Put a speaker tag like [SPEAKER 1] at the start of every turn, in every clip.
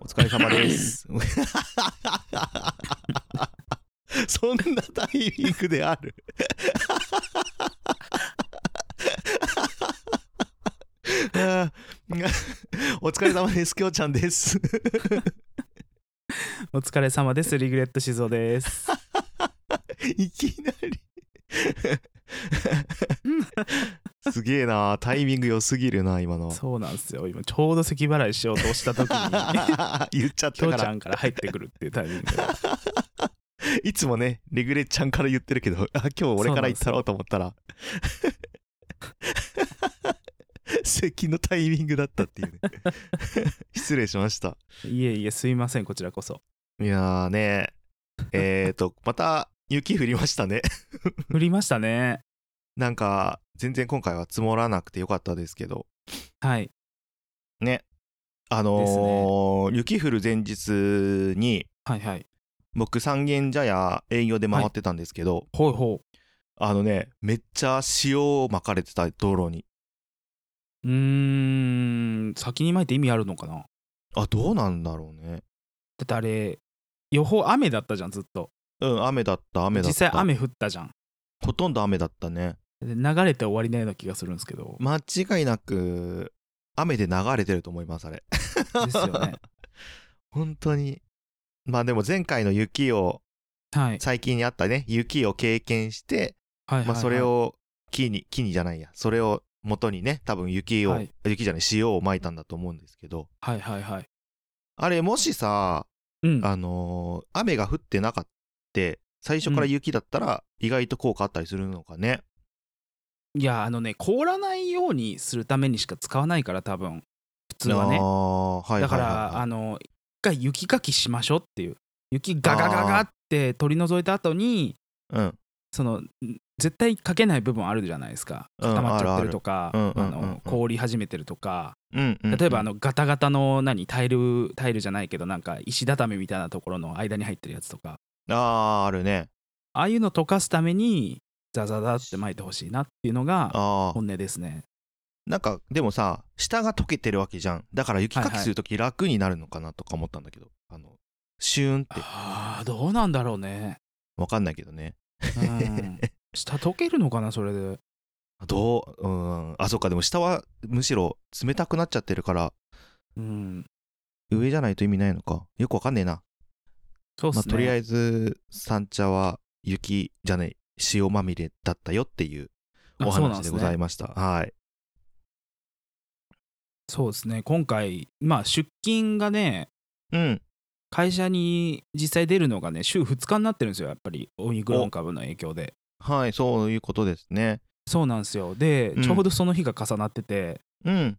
[SPEAKER 1] お疲れ様です。 そんなタイミングである。 あーお疲れ様です。きょうちゃんです。
[SPEAKER 2] お疲れ様です。リグレット静雄です。
[SPEAKER 1] いきなりすげえなタイミング良すぎるな今の
[SPEAKER 2] そうなんですよ。今ちょうど咳払いしようとし た時に、
[SPEAKER 1] 言っちゃっ
[SPEAKER 2] き
[SPEAKER 1] た
[SPEAKER 2] ょう
[SPEAKER 1] か
[SPEAKER 2] ちゃ
[SPEAKER 1] ら
[SPEAKER 2] んから入ってくるっていうタイミングで。
[SPEAKER 1] いつもねレグレちゃんから言ってるけどあ今日俺から言ったろうと思ったら 咳のタイミングだったっていうね 失礼しました
[SPEAKER 2] いえいえ、すいません、こちらこそ。
[SPEAKER 1] いやーねえー、とまた雪降りましたね
[SPEAKER 2] 降りましたね。
[SPEAKER 1] なんか全然今回は積もらなくてよかったですけど
[SPEAKER 2] はい。
[SPEAKER 1] ねあのー雪降る前日に
[SPEAKER 2] はいはい。
[SPEAKER 1] 僕三軒茶屋営業で回ってたんですけど、
[SPEAKER 2] ほうほ
[SPEAKER 1] あのねめっちゃ塩をまかれてた道路に
[SPEAKER 2] う。うーん、先に巻いて意味あるのかなだ
[SPEAKER 1] あどうなんだろうね
[SPEAKER 2] ってあれ、予報雨だったじゃん、ずっと。
[SPEAKER 1] うん雨だった雨だった
[SPEAKER 2] 実際雨降ったじゃん。
[SPEAKER 1] ほとんど雨だったね
[SPEAKER 2] で流れて終わりないような気がするんですけど。
[SPEAKER 1] 間違いなく雨で流れてると思いますあれ
[SPEAKER 2] ですよ ね。
[SPEAKER 1] 本当にまあでも前回の雪を
[SPEAKER 2] はい。
[SPEAKER 1] 最近にあったね雪を経験して、
[SPEAKER 2] はいはい、はい。
[SPEAKER 1] まあ、それを木に木にじゃないやそれを元にね多分雪を、
[SPEAKER 2] はい
[SPEAKER 1] 雪じゃない塩をまいたんだと思うんですけど
[SPEAKER 2] はいはいはい。
[SPEAKER 1] あれもしさ
[SPEAKER 2] うん。
[SPEAKER 1] あのー雨が降ってなかった最初から雪だったら意外と効果あったりするのかね、
[SPEAKER 2] いやあのね凍らないようにするためにしか使わないから多分普通は
[SPEAKER 1] あ
[SPEAKER 2] ね
[SPEAKER 1] ーはい
[SPEAKER 2] だか
[SPEAKER 1] はい
[SPEAKER 2] ら、
[SPEAKER 1] はいはい
[SPEAKER 2] あの一回雪かきしましょうっていう雪ガガガガって取り除いた後に
[SPEAKER 1] うん
[SPEAKER 2] そのん絶対かけない部分あるじゃないですか
[SPEAKER 1] うん
[SPEAKER 2] 固まっ
[SPEAKER 1] あ
[SPEAKER 2] ちゃって
[SPEAKER 1] るあ
[SPEAKER 2] る
[SPEAKER 1] る
[SPEAKER 2] とか
[SPEAKER 1] うんうん
[SPEAKER 2] あ
[SPEAKER 1] うんうん
[SPEAKER 2] の凍り始めてるとか
[SPEAKER 1] うんうん、
[SPEAKER 2] 例えばあのガタガタの何タイルタイルじゃないけどなんか石畳みたいなところの間に入ってるやつとか
[SPEAKER 1] あーあるね
[SPEAKER 2] ああいうの溶かすためにザザザって巻いてほしいなっていうのが
[SPEAKER 1] あー
[SPEAKER 2] 本音ですね
[SPEAKER 1] なんかでもさ下が溶けてるわけじゃんだから雪かきするとき楽になるのかなとか思ったんだけど、あのシューンって
[SPEAKER 2] ああどうなんだろうね
[SPEAKER 1] わかんないけどね
[SPEAKER 2] うん、下溶けるのかなそれで
[SPEAKER 1] どううんあそっかでも下はむしろ冷たくなっちゃってるから
[SPEAKER 2] うん
[SPEAKER 1] 上じゃないと意味ないのかよくわかんねえな
[SPEAKER 2] そうっす
[SPEAKER 1] ま
[SPEAKER 2] ね
[SPEAKER 1] あ、、とりあ
[SPEAKER 2] え
[SPEAKER 1] えず三茶は雪じゃねえ塩まみれだったよっていうお話でござい
[SPEAKER 2] ま
[SPEAKER 1] ました、はい
[SPEAKER 2] すそうですね今回まあ出勤がね
[SPEAKER 1] うん
[SPEAKER 2] 会社に実際出るのがね週2日になってるんですよやっぱりオミクロン株の影響で
[SPEAKER 1] はいそういうことですね
[SPEAKER 2] そうなんですよで、
[SPEAKER 1] うん
[SPEAKER 2] ちょうどその日が重なってて
[SPEAKER 1] うん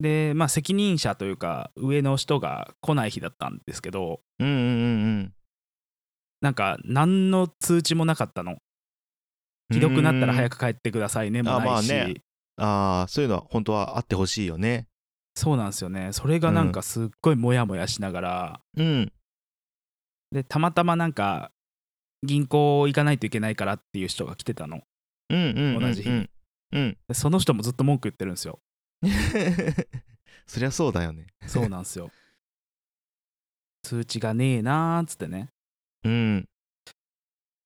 [SPEAKER 2] でまあ責任者というか上の人が来ない日だったんですけど
[SPEAKER 1] うんうんうんうん
[SPEAKER 2] なんか何の通知もなかったのひどくなったら早
[SPEAKER 1] く
[SPEAKER 2] く帰ってくださいねも
[SPEAKER 1] あ
[SPEAKER 2] ないし、
[SPEAKER 1] まあねああそういうのは本当はあってほしいよね
[SPEAKER 2] そうなんですよねそれがなんかすっごいモヤモヤしながら、
[SPEAKER 1] うん
[SPEAKER 2] でたまたまなんか銀行行かないといけないからっていう人が来てたの
[SPEAKER 1] うんうんうんうん
[SPEAKER 2] 同じ日
[SPEAKER 1] うん、うん、
[SPEAKER 2] でその人もずっと文句言ってるんですよ
[SPEAKER 1] そりゃそうだよね
[SPEAKER 2] そうなんですよ 通知がねえなーっつってね
[SPEAKER 1] うん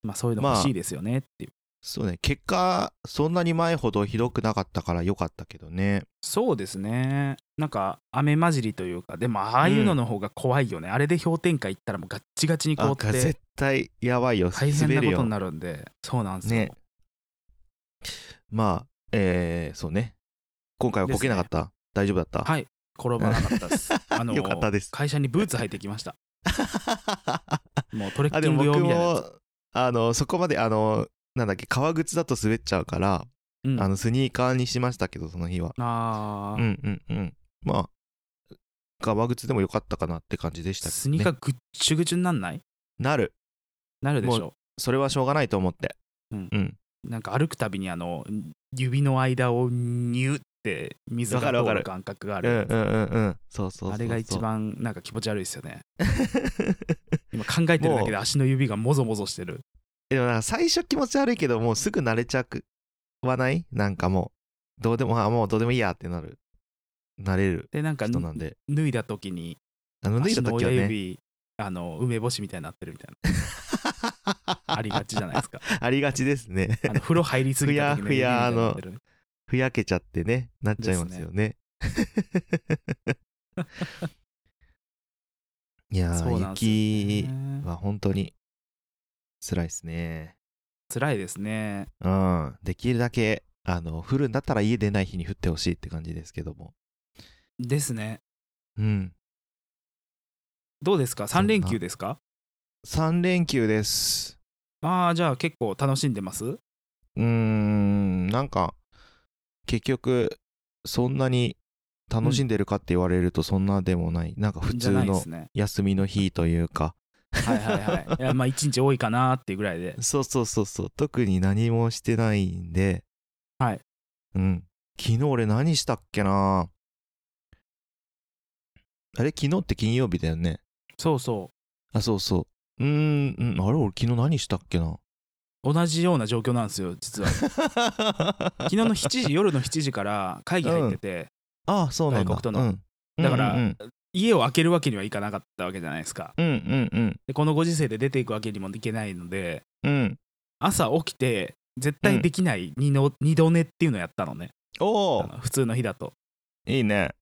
[SPEAKER 2] まあそういうの
[SPEAKER 1] まあ
[SPEAKER 2] 欲しいですよねっていう、
[SPEAKER 1] そうね結果そんなに前ほどひどくなかったからよかったけどね
[SPEAKER 2] そうですねなんか雨混じりというかでもああいうのの方が怖いよね、あれで氷点下行ったらもうガッチガチに凍
[SPEAKER 1] あ
[SPEAKER 2] って
[SPEAKER 1] 絶対やばいよ
[SPEAKER 2] 大変
[SPEAKER 1] 滑
[SPEAKER 2] な
[SPEAKER 1] る
[SPEAKER 2] こと
[SPEAKER 1] よ
[SPEAKER 2] になるんでそうなんですよ、
[SPEAKER 1] ねまあ、えー、そうね。今回はこけなかった、大丈夫だった、
[SPEAKER 2] はい転ばなかったです あの
[SPEAKER 1] よかったです
[SPEAKER 2] 会社にブーツ履いてきましたもうトレッ
[SPEAKER 1] あ、
[SPEAKER 2] キ
[SPEAKER 1] で
[SPEAKER 2] ン
[SPEAKER 1] も
[SPEAKER 2] グ用
[SPEAKER 1] 僕
[SPEAKER 2] みたいなやつ
[SPEAKER 1] も、あの、そこまで、あの、なんだっけ、革靴だと滑っちゃうから、
[SPEAKER 2] うん
[SPEAKER 1] あの、スニーカーにしましたけど、その日は。
[SPEAKER 2] あ
[SPEAKER 1] う
[SPEAKER 2] ー
[SPEAKER 1] んうんうん。まあ、革靴でもよかったかなって感じでしたけど、ね。
[SPEAKER 2] スニーカーぐっちゅぐちゅになんない
[SPEAKER 1] なる。
[SPEAKER 2] なるでし
[SPEAKER 1] も
[SPEAKER 2] ょ
[SPEAKER 1] それはしょうがないと思って。
[SPEAKER 2] うん
[SPEAKER 1] うん。
[SPEAKER 2] なんか歩くたびにあの指の間をニュって水
[SPEAKER 1] わか
[SPEAKER 2] が
[SPEAKER 1] るわ
[SPEAKER 2] 通
[SPEAKER 1] かる
[SPEAKER 2] る感覚があ
[SPEAKER 1] うん
[SPEAKER 2] る
[SPEAKER 1] うんうんうん。そうそうそうそう
[SPEAKER 2] あれが一。番なんか気持ち悪いですよね今考えてるだけで
[SPEAKER 1] も
[SPEAKER 2] 足の指がもぞもぞしてる
[SPEAKER 1] でもなんか最初気持ち悪いけど、もうすぐ慣れちゃくはないなんかもう、どうでも、あ、もうどうでもいいやってなる。慣れる
[SPEAKER 2] でなんか
[SPEAKER 1] 人なんで。
[SPEAKER 2] 脱いだ時に
[SPEAKER 1] あの脱いだ
[SPEAKER 2] 足の
[SPEAKER 1] 時
[SPEAKER 2] 親
[SPEAKER 1] はね、
[SPEAKER 2] 指、あの梅干しみたいになってるみたいなありがちじゃないですか
[SPEAKER 1] ありがちですね。
[SPEAKER 2] あの風呂入りすぎた時の
[SPEAKER 1] ふやふや
[SPEAKER 2] 指みたいになってる
[SPEAKER 1] ふやけちゃってね、なっちゃいますよね。 いや
[SPEAKER 2] そ
[SPEAKER 1] ー、
[SPEAKER 2] うなんですよ
[SPEAKER 1] 雪
[SPEAKER 2] ね
[SPEAKER 1] は本当に辛いですね。
[SPEAKER 2] 辛いですね
[SPEAKER 1] うん、できるだけあの降るんだったら家出ない日に降ってほしいって感じですけども。
[SPEAKER 2] ですね
[SPEAKER 1] うん、
[SPEAKER 2] どうですか
[SPEAKER 1] そん
[SPEAKER 2] 3
[SPEAKER 1] な
[SPEAKER 2] 連休ですか
[SPEAKER 1] 3連休です。
[SPEAKER 2] ああじゃあ結構楽しんでます
[SPEAKER 1] うーん、なんか結局そんなに楽しんでるかって言われるとそんなでもない、なんか普
[SPEAKER 2] じ
[SPEAKER 1] 通
[SPEAKER 2] ゃないで
[SPEAKER 1] の
[SPEAKER 2] すね
[SPEAKER 1] 休みの日というか、
[SPEAKER 2] はいはいは いいやまあ1日多いかなっていうぐらいで
[SPEAKER 1] そうそうそうそう、特に何もしてないんで、
[SPEAKER 2] はい。
[SPEAKER 1] うん。昨日俺何したっけなあれ昨日って金曜日だよね。
[SPEAKER 2] そうそ
[SPEAKER 1] あ、そうそう。うーん、うんあれ俺昨日何したっけ な
[SPEAKER 2] う同じような状況なんですよ 実は昨
[SPEAKER 1] 昨
[SPEAKER 2] 日の7時夜の7時から会議入ってて、
[SPEAKER 1] ああ、そうなんだ。
[SPEAKER 2] 外国との
[SPEAKER 1] うん、
[SPEAKER 2] だから
[SPEAKER 1] うん
[SPEAKER 2] 家を開けるわけにはいかなかったわけじゃないですか
[SPEAKER 1] うんうんうん
[SPEAKER 2] でこのご時世で出ていくわけにもいけないので
[SPEAKER 1] うん。うん
[SPEAKER 2] 朝起きて絶対できない二の二度寝っていうのをやったのね
[SPEAKER 1] おお
[SPEAKER 2] あの普通の日だと
[SPEAKER 1] いいね。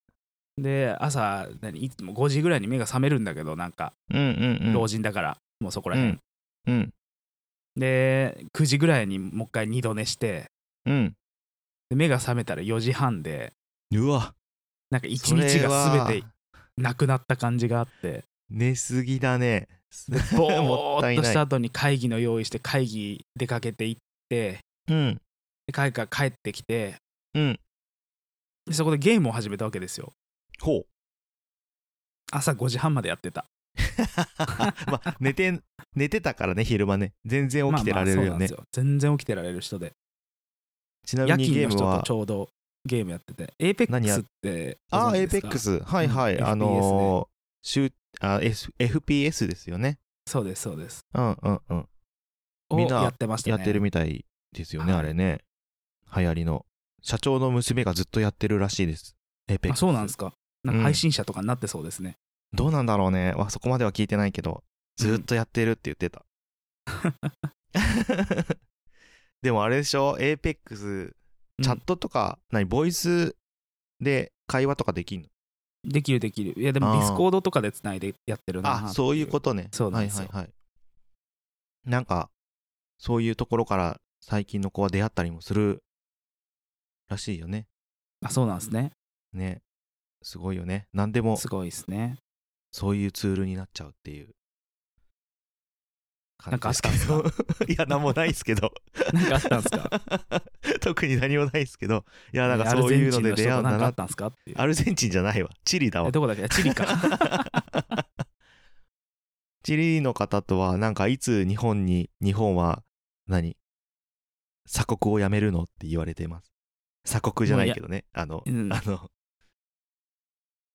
[SPEAKER 2] で朝何いつも5時ぐらいに目が覚めるんだけどなんか
[SPEAKER 1] うんうんうん。
[SPEAKER 2] 老人だから、もうそこら辺、
[SPEAKER 1] うん
[SPEAKER 2] で9時ぐらいにもう一回二度寝して
[SPEAKER 1] うん。
[SPEAKER 2] で目が覚めたら4時半で
[SPEAKER 1] うわ。
[SPEAKER 2] なんか一日が
[SPEAKER 1] それ
[SPEAKER 2] 全て
[SPEAKER 1] は
[SPEAKER 2] なくなった感じがあって
[SPEAKER 1] 寝すぎだね。 も
[SPEAKER 2] ぼ
[SPEAKER 1] った
[SPEAKER 2] ーっ
[SPEAKER 1] い
[SPEAKER 2] と
[SPEAKER 1] ない
[SPEAKER 2] した後に会議の用意して会議出かけて行って
[SPEAKER 1] うん
[SPEAKER 2] で会から帰ってきて
[SPEAKER 1] うん。
[SPEAKER 2] でそこでゲームを始めたわけですよ
[SPEAKER 1] ほう。
[SPEAKER 2] 朝5時半までやってた
[SPEAKER 1] まあ寝てん寝てたからね昼間ね全然起きてられる
[SPEAKER 2] まあまあそうな
[SPEAKER 1] よ
[SPEAKER 2] んで
[SPEAKER 1] ね
[SPEAKER 2] す。よ全然起きてられる人で
[SPEAKER 1] ちな
[SPEAKER 2] 夜
[SPEAKER 1] みに
[SPEAKER 2] 勤
[SPEAKER 1] ゲ
[SPEAKER 2] の
[SPEAKER 1] ー
[SPEAKER 2] 人
[SPEAKER 1] ム
[SPEAKER 2] と
[SPEAKER 1] は
[SPEAKER 2] ちょうどゲームやってて
[SPEAKER 1] 何
[SPEAKER 2] APEX
[SPEAKER 1] や
[SPEAKER 2] って
[SPEAKER 1] あ
[SPEAKER 2] ご
[SPEAKER 1] あ
[SPEAKER 2] 存知です
[SPEAKER 1] APEX
[SPEAKER 2] か
[SPEAKER 1] はいはい、
[SPEAKER 2] うん
[SPEAKER 1] あのー、シューあ S FPS ですよね
[SPEAKER 2] そうですそうです
[SPEAKER 1] うんうんうん
[SPEAKER 2] を
[SPEAKER 1] みんな
[SPEAKER 2] やってましたね
[SPEAKER 1] やってるみたいですよね、
[SPEAKER 2] はい
[SPEAKER 1] あれね流行りの社長の娘がずっとやってるらしいです
[SPEAKER 2] あ
[SPEAKER 1] APEX
[SPEAKER 2] そうなんですかなん
[SPEAKER 1] う
[SPEAKER 2] か
[SPEAKER 1] ん
[SPEAKER 2] 配信者とかになってそうですね、
[SPEAKER 1] どうなんだろうねわそこまでは聞いてないけどずっとやってるって言ってた、でもあれでしょ APEX
[SPEAKER 2] うん
[SPEAKER 1] チャットとか、何ボイスで会話とかできんの
[SPEAKER 2] できるできるいやでも
[SPEAKER 1] あー
[SPEAKER 2] ディスコードとかでつないでやってるな
[SPEAKER 1] あそういうことね
[SPEAKER 2] そうなんですよ
[SPEAKER 1] はいはいはいなんかそういうところから最近の子は出会ったりもするらしいよね
[SPEAKER 2] とあそうなんですね
[SPEAKER 1] ねすごいよね何でも
[SPEAKER 2] すごいですね
[SPEAKER 1] そういうツールになっちゃうっていう
[SPEAKER 2] な
[SPEAKER 1] 感
[SPEAKER 2] ん
[SPEAKER 1] じ
[SPEAKER 2] かあ
[SPEAKER 1] で
[SPEAKER 2] っ
[SPEAKER 1] す
[SPEAKER 2] た
[SPEAKER 1] け
[SPEAKER 2] んです
[SPEAKER 1] ど
[SPEAKER 2] か
[SPEAKER 1] いや何もないですけど
[SPEAKER 2] なんかあったんですか
[SPEAKER 1] 特に何もないですけどい やなんか
[SPEAKER 2] アル
[SPEAKER 1] そう
[SPEAKER 2] ゼ
[SPEAKER 1] い
[SPEAKER 2] ン
[SPEAKER 1] う
[SPEAKER 2] チ
[SPEAKER 1] の
[SPEAKER 2] ン
[SPEAKER 1] で
[SPEAKER 2] 人
[SPEAKER 1] 出会う
[SPEAKER 2] と
[SPEAKER 1] んだ
[SPEAKER 2] なんかあ
[SPEAKER 1] な
[SPEAKER 2] ったんですかっていう
[SPEAKER 1] アルゼンチンじゃないわチリだわ
[SPEAKER 2] えどこだっけチリか
[SPEAKER 1] チリの方とはなんかいつ日本に日本は何鎖国をやめるのって言われてます鎖国じゃないけどねあの、
[SPEAKER 2] うん
[SPEAKER 1] あの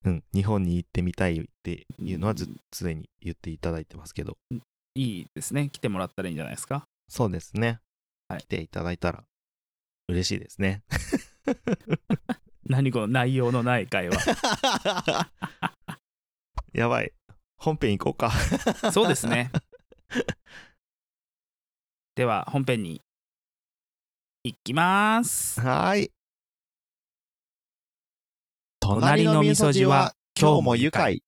[SPEAKER 1] うん日本に行ってみたいっていうのはず
[SPEAKER 2] うん
[SPEAKER 1] 常に言っていただいてますけど
[SPEAKER 2] いいですね来てもらったらいいんじゃないですか
[SPEAKER 1] そうですね、
[SPEAKER 2] はい
[SPEAKER 1] 来ていただいたら嬉しいです ね
[SPEAKER 2] 何この内容のない会話
[SPEAKER 1] やばい本編行こうか
[SPEAKER 2] そうですねでは本編に行きます
[SPEAKER 1] はーい
[SPEAKER 2] 隣の味噌汁は今日も愉快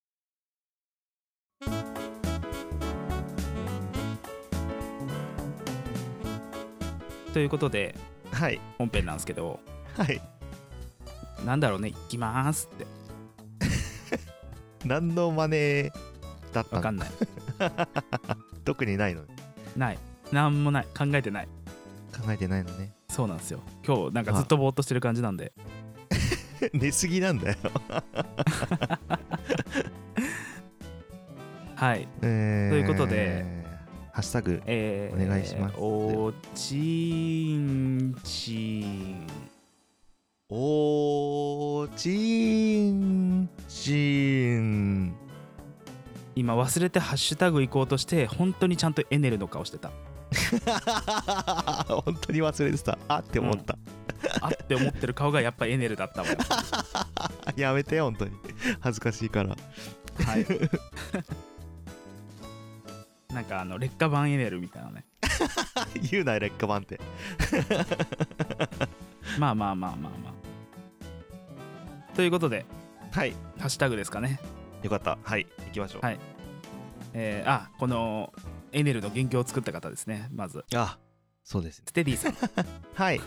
[SPEAKER 2] ということで
[SPEAKER 1] はい
[SPEAKER 2] 本編なんですけど
[SPEAKER 1] はい
[SPEAKER 2] なんだろうね行きますって
[SPEAKER 1] 何の真似だった
[SPEAKER 2] わ
[SPEAKER 1] の
[SPEAKER 2] かんない
[SPEAKER 1] 特にないのね
[SPEAKER 2] ないなんもない考えてない
[SPEAKER 1] 考えてないのね
[SPEAKER 2] そうなんですよ今日なんかずっとぼーっとしてる感じなんで
[SPEAKER 1] 寝すぎなんだよ、
[SPEAKER 2] はい
[SPEAKER 1] えー
[SPEAKER 2] ということで
[SPEAKER 1] ハッシュタグ
[SPEAKER 2] え
[SPEAKER 1] お願いします
[SPEAKER 2] おちんちん
[SPEAKER 1] おーちーんちーん
[SPEAKER 2] 今忘れてハッシュタグ行こうとして本当にちゃんとエネルの顔してた
[SPEAKER 1] 本当に忘れてたあって思った、
[SPEAKER 2] あって 思ってる顔がやっぱエネルだったわよ
[SPEAKER 1] やめて本当に恥ずかしいから
[SPEAKER 2] はい なんかあの劣化版エネルみたいなね
[SPEAKER 1] 言うな劣化版って
[SPEAKER 2] まあまあまあまあまあということで
[SPEAKER 1] はい
[SPEAKER 2] ハッシュタグですかね
[SPEAKER 1] よかったはい行きましょう、
[SPEAKER 2] はいえーあこのエネルの原曲を作った方ですねまず
[SPEAKER 1] あそうですね
[SPEAKER 2] ステディさん
[SPEAKER 1] はい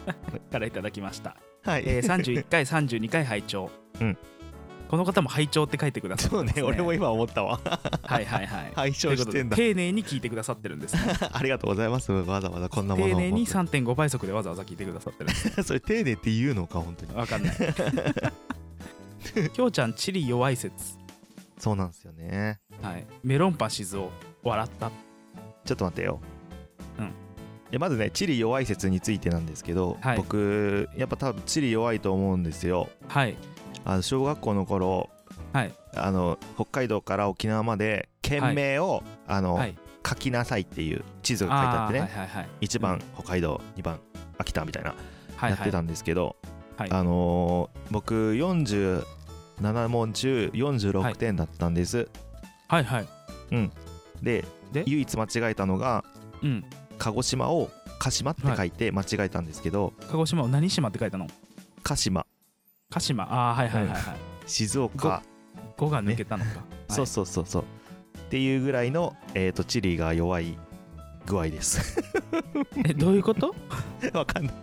[SPEAKER 2] からいただきました、
[SPEAKER 1] はい、
[SPEAKER 2] えー、31回32回拝聴、
[SPEAKER 1] うん
[SPEAKER 2] この方も拝聴って書いてくださって
[SPEAKER 1] そう
[SPEAKER 2] ます、
[SPEAKER 1] ね
[SPEAKER 2] ね、
[SPEAKER 1] 俺も今思った わ
[SPEAKER 2] はいはいはい
[SPEAKER 1] 配
[SPEAKER 2] とい
[SPEAKER 1] 信
[SPEAKER 2] うこ
[SPEAKER 1] し
[SPEAKER 2] と
[SPEAKER 1] て
[SPEAKER 2] で
[SPEAKER 1] んだ
[SPEAKER 2] 丁寧に聞いてくださってるんですね
[SPEAKER 1] ありがとうございますわざわざこんなもの
[SPEAKER 2] 丁
[SPEAKER 1] を
[SPEAKER 2] 寧に3.5倍速でわざわざ聞いてくださってるんです ね
[SPEAKER 1] それ丁寧って言うのか本当に
[SPEAKER 2] わかんないきょうちゃんチリ弱い説、
[SPEAKER 1] そうなんですよね
[SPEAKER 2] はい、メロンパシズを笑った
[SPEAKER 1] ちょっと待ってよ
[SPEAKER 2] うん
[SPEAKER 1] でまずねチリ弱い説についてなんですけど、
[SPEAKER 2] はい
[SPEAKER 1] 僕やっぱ多分チリ弱いと思うんですよ
[SPEAKER 2] はい
[SPEAKER 1] あの小学校の頃
[SPEAKER 2] はい
[SPEAKER 1] あの北海道から沖縄まで県名を、あの
[SPEAKER 2] はい
[SPEAKER 1] 書きなさいっていう地図が書いてあっ
[SPEAKER 2] あ
[SPEAKER 1] てね、
[SPEAKER 2] ーはいはいはい
[SPEAKER 1] 1番北海道2番秋田みたいな、
[SPEAKER 2] はい
[SPEAKER 1] やってたんですけど、
[SPEAKER 2] はい
[SPEAKER 1] あのー僕47問中
[SPEAKER 2] はい
[SPEAKER 1] 46点だったんです、
[SPEAKER 2] はいはい
[SPEAKER 1] で
[SPEAKER 2] で
[SPEAKER 1] 唯一間違えたのが
[SPEAKER 2] うん
[SPEAKER 1] 鹿児島を鹿島って書いて間違えたんですけど、
[SPEAKER 2] 鹿児島を何島って書いたの
[SPEAKER 1] 鹿島
[SPEAKER 2] 鹿島ああはいはいはいはい、
[SPEAKER 1] 静岡、
[SPEAKER 2] 5が抜けたのか、はい
[SPEAKER 1] そうそうそうそうっていうぐらいの、えー、と地理が弱い具合です
[SPEAKER 2] えどういうこと
[SPEAKER 1] わかんない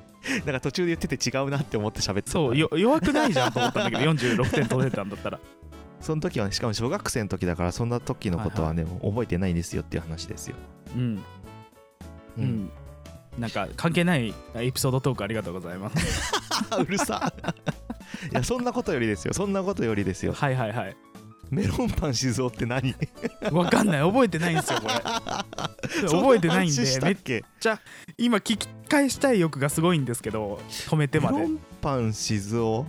[SPEAKER 1] なんか途中で言ってて違うなって思って喋ってた
[SPEAKER 2] そうよ弱くないじゃんと思ったんだけど46点取れたんだったら
[SPEAKER 1] その時はねしかも小学生の時だからそんな時のことはね、もう覚えてないですよっていう話ですよ、
[SPEAKER 2] うんうん、なんか関係ないエピソードトークありがとうございます
[SPEAKER 1] あうるさいやそんなことよりですよそんなことよりですよ
[SPEAKER 2] はいはいはい
[SPEAKER 1] メロンパン静雄って何
[SPEAKER 2] わかんない覚えてないんです よこれ 覚えてないんで
[SPEAKER 1] そな話した
[SPEAKER 2] め
[SPEAKER 1] っ
[SPEAKER 2] っ
[SPEAKER 1] け
[SPEAKER 2] ちゃ今聞き返したい欲がすごいんですけど止めて
[SPEAKER 1] メ
[SPEAKER 2] ま
[SPEAKER 1] ロ
[SPEAKER 2] で
[SPEAKER 1] ンパン静雄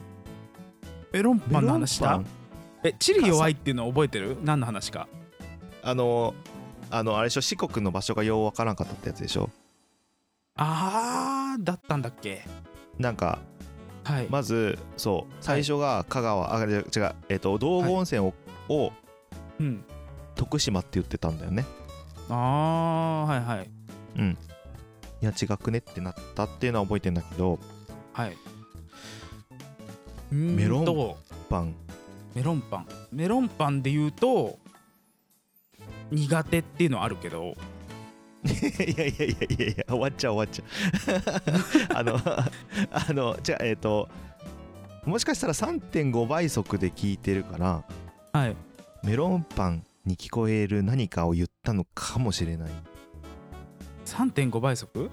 [SPEAKER 2] メロンパンの話し
[SPEAKER 1] メロ
[SPEAKER 2] た
[SPEAKER 1] ンパン
[SPEAKER 2] えチリ弱いっていうの覚えてる何の話か
[SPEAKER 1] あのあのあれでしょ四国の場所がようわからんかったってやつでしょ
[SPEAKER 2] あーだったんだっけ
[SPEAKER 1] なんか
[SPEAKER 2] はい、
[SPEAKER 1] まずそう最初が香川、あ違う違うえっ、と道後温泉を,、を
[SPEAKER 2] うん、
[SPEAKER 1] 徳島って言ってたんだよね
[SPEAKER 2] あーはいはい
[SPEAKER 1] うんいや違くねってなったっていうのは覚えてんだけど
[SPEAKER 2] はいメ
[SPEAKER 1] ロン
[SPEAKER 2] と
[SPEAKER 1] パン
[SPEAKER 2] メロンパンメロンパンで言うと苦手っていうのはあるけど
[SPEAKER 1] いやいやいやいやいや終わっちゃう終わっちゃう あのあのじゃあえっ、ともしかしたら3.5倍速で聞いてるから
[SPEAKER 2] はい
[SPEAKER 1] メロンパンに聞こえる何かを言ったのかもしれない
[SPEAKER 2] 3.5倍速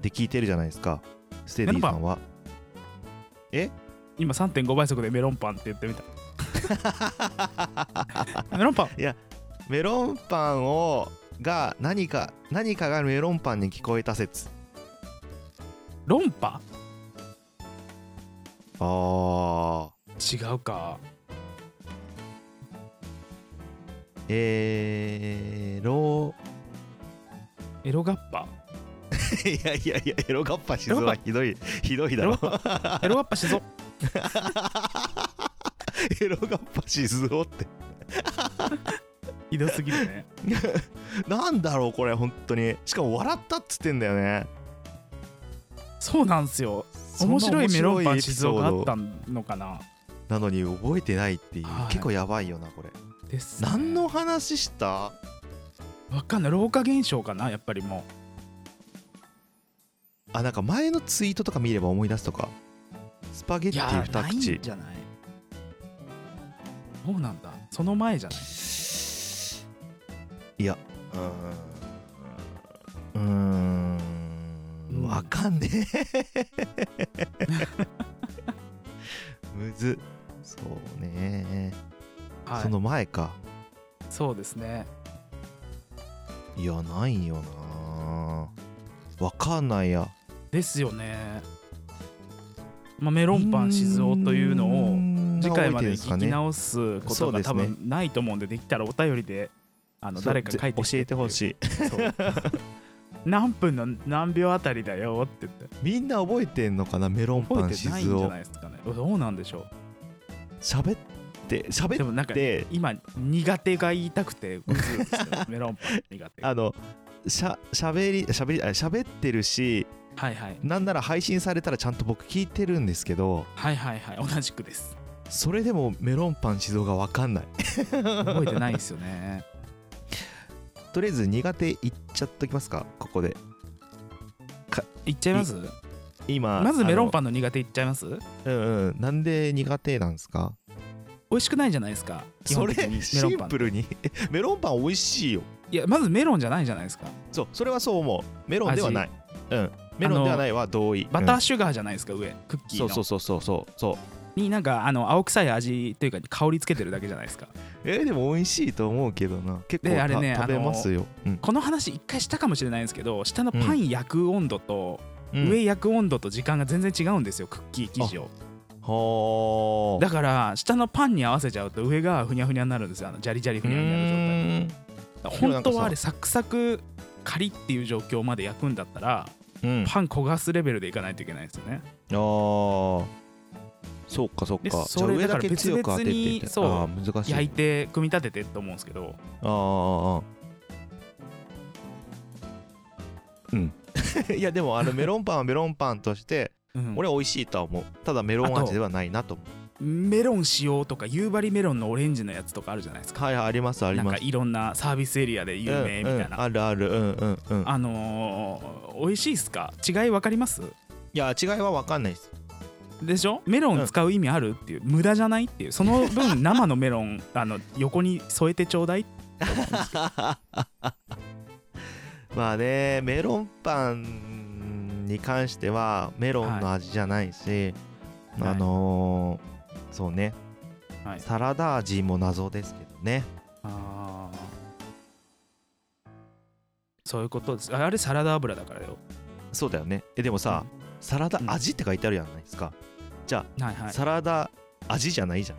[SPEAKER 1] で聞いてるじゃないですかステディさんは
[SPEAKER 2] 今3.5倍速でメロンパンって言ってみ たメロンパン
[SPEAKER 1] メロンパンをが何か何かがメロンパンに聞こえた説
[SPEAKER 2] ロンパ
[SPEAKER 1] あー
[SPEAKER 2] 違うか
[SPEAKER 1] えー、ロ
[SPEAKER 2] エロガッパ
[SPEAKER 1] ーいやいやいやエロガッパしそうはひどいひどいだろ
[SPEAKER 2] エロガッパし そう
[SPEAKER 1] エロガッパシズオって
[SPEAKER 2] ひどすぎるね
[SPEAKER 1] なんだろうこれ本当にしかも笑ったっつってんだよね
[SPEAKER 2] そうなんすよ
[SPEAKER 1] そんな
[SPEAKER 2] 面白いメロンパン
[SPEAKER 1] エピ
[SPEAKER 2] 静
[SPEAKER 1] ソー
[SPEAKER 2] 岡があ
[SPEAKER 1] ド
[SPEAKER 2] ったのかな
[SPEAKER 1] なのに覚えてないっていう
[SPEAKER 2] はい
[SPEAKER 1] 結構やばいよなこれ
[SPEAKER 2] ですね
[SPEAKER 1] 何の話した
[SPEAKER 2] わかんない老化現象かなやっぱりも
[SPEAKER 1] あなんか前のツイートとか見れば思い出すとかスパゲッ
[SPEAKER 2] うい
[SPEAKER 1] テ
[SPEAKER 2] や
[SPEAKER 1] ィ
[SPEAKER 2] ーな
[SPEAKER 1] 二
[SPEAKER 2] いん
[SPEAKER 1] 口
[SPEAKER 2] じゃないそうなんだその前じゃない
[SPEAKER 1] いやうーんうーんわかんね えむずそうね、
[SPEAKER 2] はい
[SPEAKER 1] その前か
[SPEAKER 2] そうですね
[SPEAKER 1] いやないよなわかんないや
[SPEAKER 2] ですよね、まあ、メロンパン静雄というのを
[SPEAKER 1] を
[SPEAKER 2] 次回まで聞き直すこ
[SPEAKER 1] そ
[SPEAKER 2] と
[SPEAKER 1] うで
[SPEAKER 2] が
[SPEAKER 1] す
[SPEAKER 2] 多
[SPEAKER 1] ね
[SPEAKER 2] 分ないと思うんでできたらお便りであの誰か書いてき
[SPEAKER 1] 教えてほし
[SPEAKER 2] い
[SPEAKER 1] いう
[SPEAKER 2] そう何分の何秒あたりだよって言って
[SPEAKER 1] みんな覚えてんのかなメロンパ
[SPEAKER 2] 覚
[SPEAKER 1] ン
[SPEAKER 2] えて
[SPEAKER 1] 静
[SPEAKER 2] ないんじゃ
[SPEAKER 1] を
[SPEAKER 2] ないですかねどうなんでしょう
[SPEAKER 1] 喋っって
[SPEAKER 2] でも
[SPEAKER 1] 喋
[SPEAKER 2] なん
[SPEAKER 1] っ
[SPEAKER 2] か
[SPEAKER 1] て
[SPEAKER 2] 今苦手が言いたくてうずうずしてるメロンパン苦手 が
[SPEAKER 1] あのしゃ喋り喋りあ喋ってるし
[SPEAKER 2] はいはい
[SPEAKER 1] なんなら配信されたらちゃんと僕聞いてるんですけど
[SPEAKER 2] はいはいはい同じく です
[SPEAKER 1] それでもメロンパン静岡わかんない
[SPEAKER 2] 覚えてないですよね
[SPEAKER 1] とりあえず苦手言っちゃっときますかここで
[SPEAKER 2] いっちゃいます
[SPEAKER 1] 今
[SPEAKER 2] まずメロン
[SPEAKER 1] ン
[SPEAKER 2] パンの苦手いっちゃいます
[SPEAKER 1] うんうんなんで苦手なんですか
[SPEAKER 2] 美味しくないじゃないですか基
[SPEAKER 1] そ
[SPEAKER 2] 本
[SPEAKER 1] れ
[SPEAKER 2] 的にメ
[SPEAKER 1] シ
[SPEAKER 2] ロン
[SPEAKER 1] ン
[SPEAKER 2] パン
[SPEAKER 1] プルに メロンパン美味しいよ
[SPEAKER 2] いやまずメロンじゃないじゃないですか
[SPEAKER 1] そうそれはそう思うメロンではないうんメロンではないは同意
[SPEAKER 2] バタ
[SPEAKER 1] う
[SPEAKER 2] ーシュガーじゃないですか上クッ
[SPEAKER 1] ん
[SPEAKER 2] キ
[SPEAKER 1] そう
[SPEAKER 2] ー
[SPEAKER 1] そう
[SPEAKER 2] の
[SPEAKER 1] そうそうそうそう
[SPEAKER 2] になんかあの青臭い味というか香りつけてるだけじゃないですか
[SPEAKER 1] えーでも美味しいと思うけどな結構
[SPEAKER 2] であれね
[SPEAKER 1] た食べますよ、うん
[SPEAKER 2] この話一回したかもしれないんですけど下のパン焼く温度と
[SPEAKER 1] うん
[SPEAKER 2] 上焼く温度と時間が全然違うんですよクッキー生地を
[SPEAKER 1] は
[SPEAKER 2] だから下のパンに合わせちゃうと上がふにゃふにゃになるんですよあのジャリジャリふにゃふにゃの状態だから本当はあれサクサクカリっていう状況まで焼くんだったら
[SPEAKER 1] うん
[SPEAKER 2] パン焦がすレベルでいかないといけないんですよね
[SPEAKER 1] ああそうかそう
[SPEAKER 2] で
[SPEAKER 1] かじゃ
[SPEAKER 2] そ
[SPEAKER 1] あ
[SPEAKER 2] れ
[SPEAKER 1] 上だ
[SPEAKER 2] だか
[SPEAKER 1] け
[SPEAKER 2] ら別々
[SPEAKER 1] 強く当ててみたいな
[SPEAKER 2] そう
[SPEAKER 1] あー難しい
[SPEAKER 2] 焼いて組み立ててと思うんですけど
[SPEAKER 1] あーあーあ ーうんいやでもあのメロンパンはメロンパンとして
[SPEAKER 2] うん
[SPEAKER 1] 俺は美味しいとは思うただメロン
[SPEAKER 2] あ
[SPEAKER 1] 味
[SPEAKER 2] と
[SPEAKER 1] ではないなと思
[SPEAKER 2] メロン使用とか夕張メロンのオレンジのやつとかあるじゃないです
[SPEAKER 1] う
[SPEAKER 2] か
[SPEAKER 1] はいはいありますあり
[SPEAKER 2] なん
[SPEAKER 1] ま
[SPEAKER 2] か
[SPEAKER 1] す
[SPEAKER 2] いろんなサービスエリアで有名みた
[SPEAKER 1] う
[SPEAKER 2] いな、
[SPEAKER 1] んうんあるあるうんうんうん
[SPEAKER 2] あのー、美味しいっすか違い分かります
[SPEAKER 1] いや違いは分かんないです
[SPEAKER 2] でしょメロン使う意味あるっていう無駄じゃないっていうその分生のメロン あの横に添えてちょうだい
[SPEAKER 1] まあねメロンパンに関してはメロンの味じゃないし、
[SPEAKER 2] はい
[SPEAKER 1] あのーそうね、
[SPEAKER 2] はい
[SPEAKER 1] サラダ味も謎ですけどね
[SPEAKER 2] あーそういうことですああれサラダ油だからよ
[SPEAKER 1] そうだよねえでもさ、サラダ味って書いてあるじゃないですか、
[SPEAKER 2] はいはい
[SPEAKER 1] サラダ味じゃないじゃん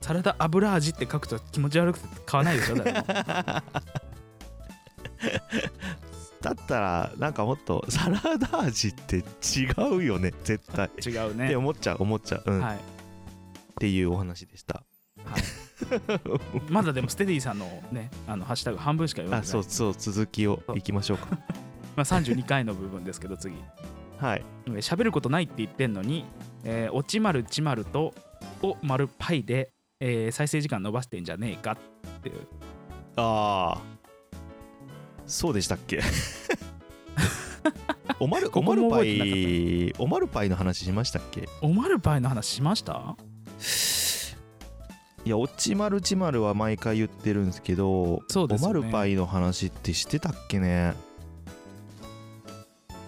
[SPEAKER 2] サラダ油味って書くと気持ち悪くて買わないでしょ誰も
[SPEAKER 1] だったらなんかもっとサラダ味って違うよね絶対っ
[SPEAKER 2] 違う
[SPEAKER 1] て
[SPEAKER 2] ね
[SPEAKER 1] 思っちゃう思っちゃう、うん
[SPEAKER 2] はい
[SPEAKER 1] っていうお話でした
[SPEAKER 2] まだでもステディさんのねあのハッシュタグ半分しか読ん
[SPEAKER 1] あ
[SPEAKER 2] でな
[SPEAKER 1] そ
[SPEAKER 2] いう
[SPEAKER 1] そう続きをいきましょう か
[SPEAKER 2] まあ、32回の部分ですけど次
[SPEAKER 1] はい
[SPEAKER 2] えー喋ることないって言ってんのに、えー、おちまるちまるとおまるパイで、えー再生時間伸ばしてんじゃねえかっていう
[SPEAKER 1] ああそうでしたっけ おまるお
[SPEAKER 2] こ
[SPEAKER 1] ま
[SPEAKER 2] こ
[SPEAKER 1] る
[SPEAKER 2] も
[SPEAKER 1] パ
[SPEAKER 2] 覚えてなかった
[SPEAKER 1] イおまるパイの話しましたっけ
[SPEAKER 2] おまるパイの話しました
[SPEAKER 1] いやおちまるちまるは毎回言ってるんですけど
[SPEAKER 2] そうですよね
[SPEAKER 1] おまるパイの話ってしてたっけね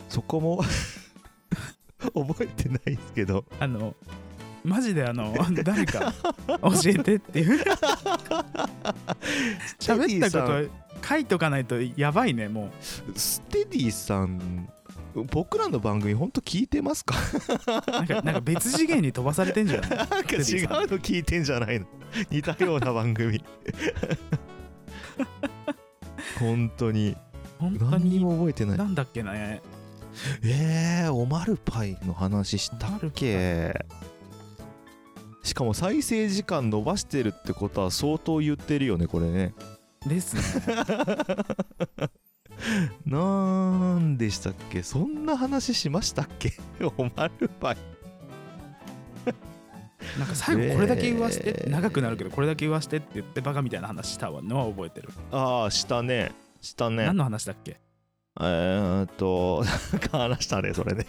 [SPEAKER 1] そこも 覚えてないですけど
[SPEAKER 2] あのマジであの 誰か教えてっ ていう
[SPEAKER 1] ス
[SPEAKER 2] 喋った
[SPEAKER 1] テディ
[SPEAKER 2] こと書いとかないとやばいねも
[SPEAKER 1] さんステディさん僕らの番組ほんと聞いてますか
[SPEAKER 2] うなんかなんか別次元に飛ばされてんじ ゃない
[SPEAKER 1] なんか違うの聞いてんじゃないの似たような番組本当に
[SPEAKER 2] 本当
[SPEAKER 1] 何に
[SPEAKER 2] に
[SPEAKER 1] も覚えてない
[SPEAKER 2] なんだっけね
[SPEAKER 1] えー、おまるパイの話したっけしかも再生時間伸ばしてるってことは相当言ってるよねこれね
[SPEAKER 2] ですね
[SPEAKER 1] なんでしたっけそんな話しましたっけ おまるパイ
[SPEAKER 2] なんか最後これだけ言わせて、長くなるけどこれだけ言わせてって言ってバカみたいな話したのは覚えてる
[SPEAKER 1] ああしたねしたね
[SPEAKER 2] 何の話だっけ
[SPEAKER 1] えーっと なんか話したねそれね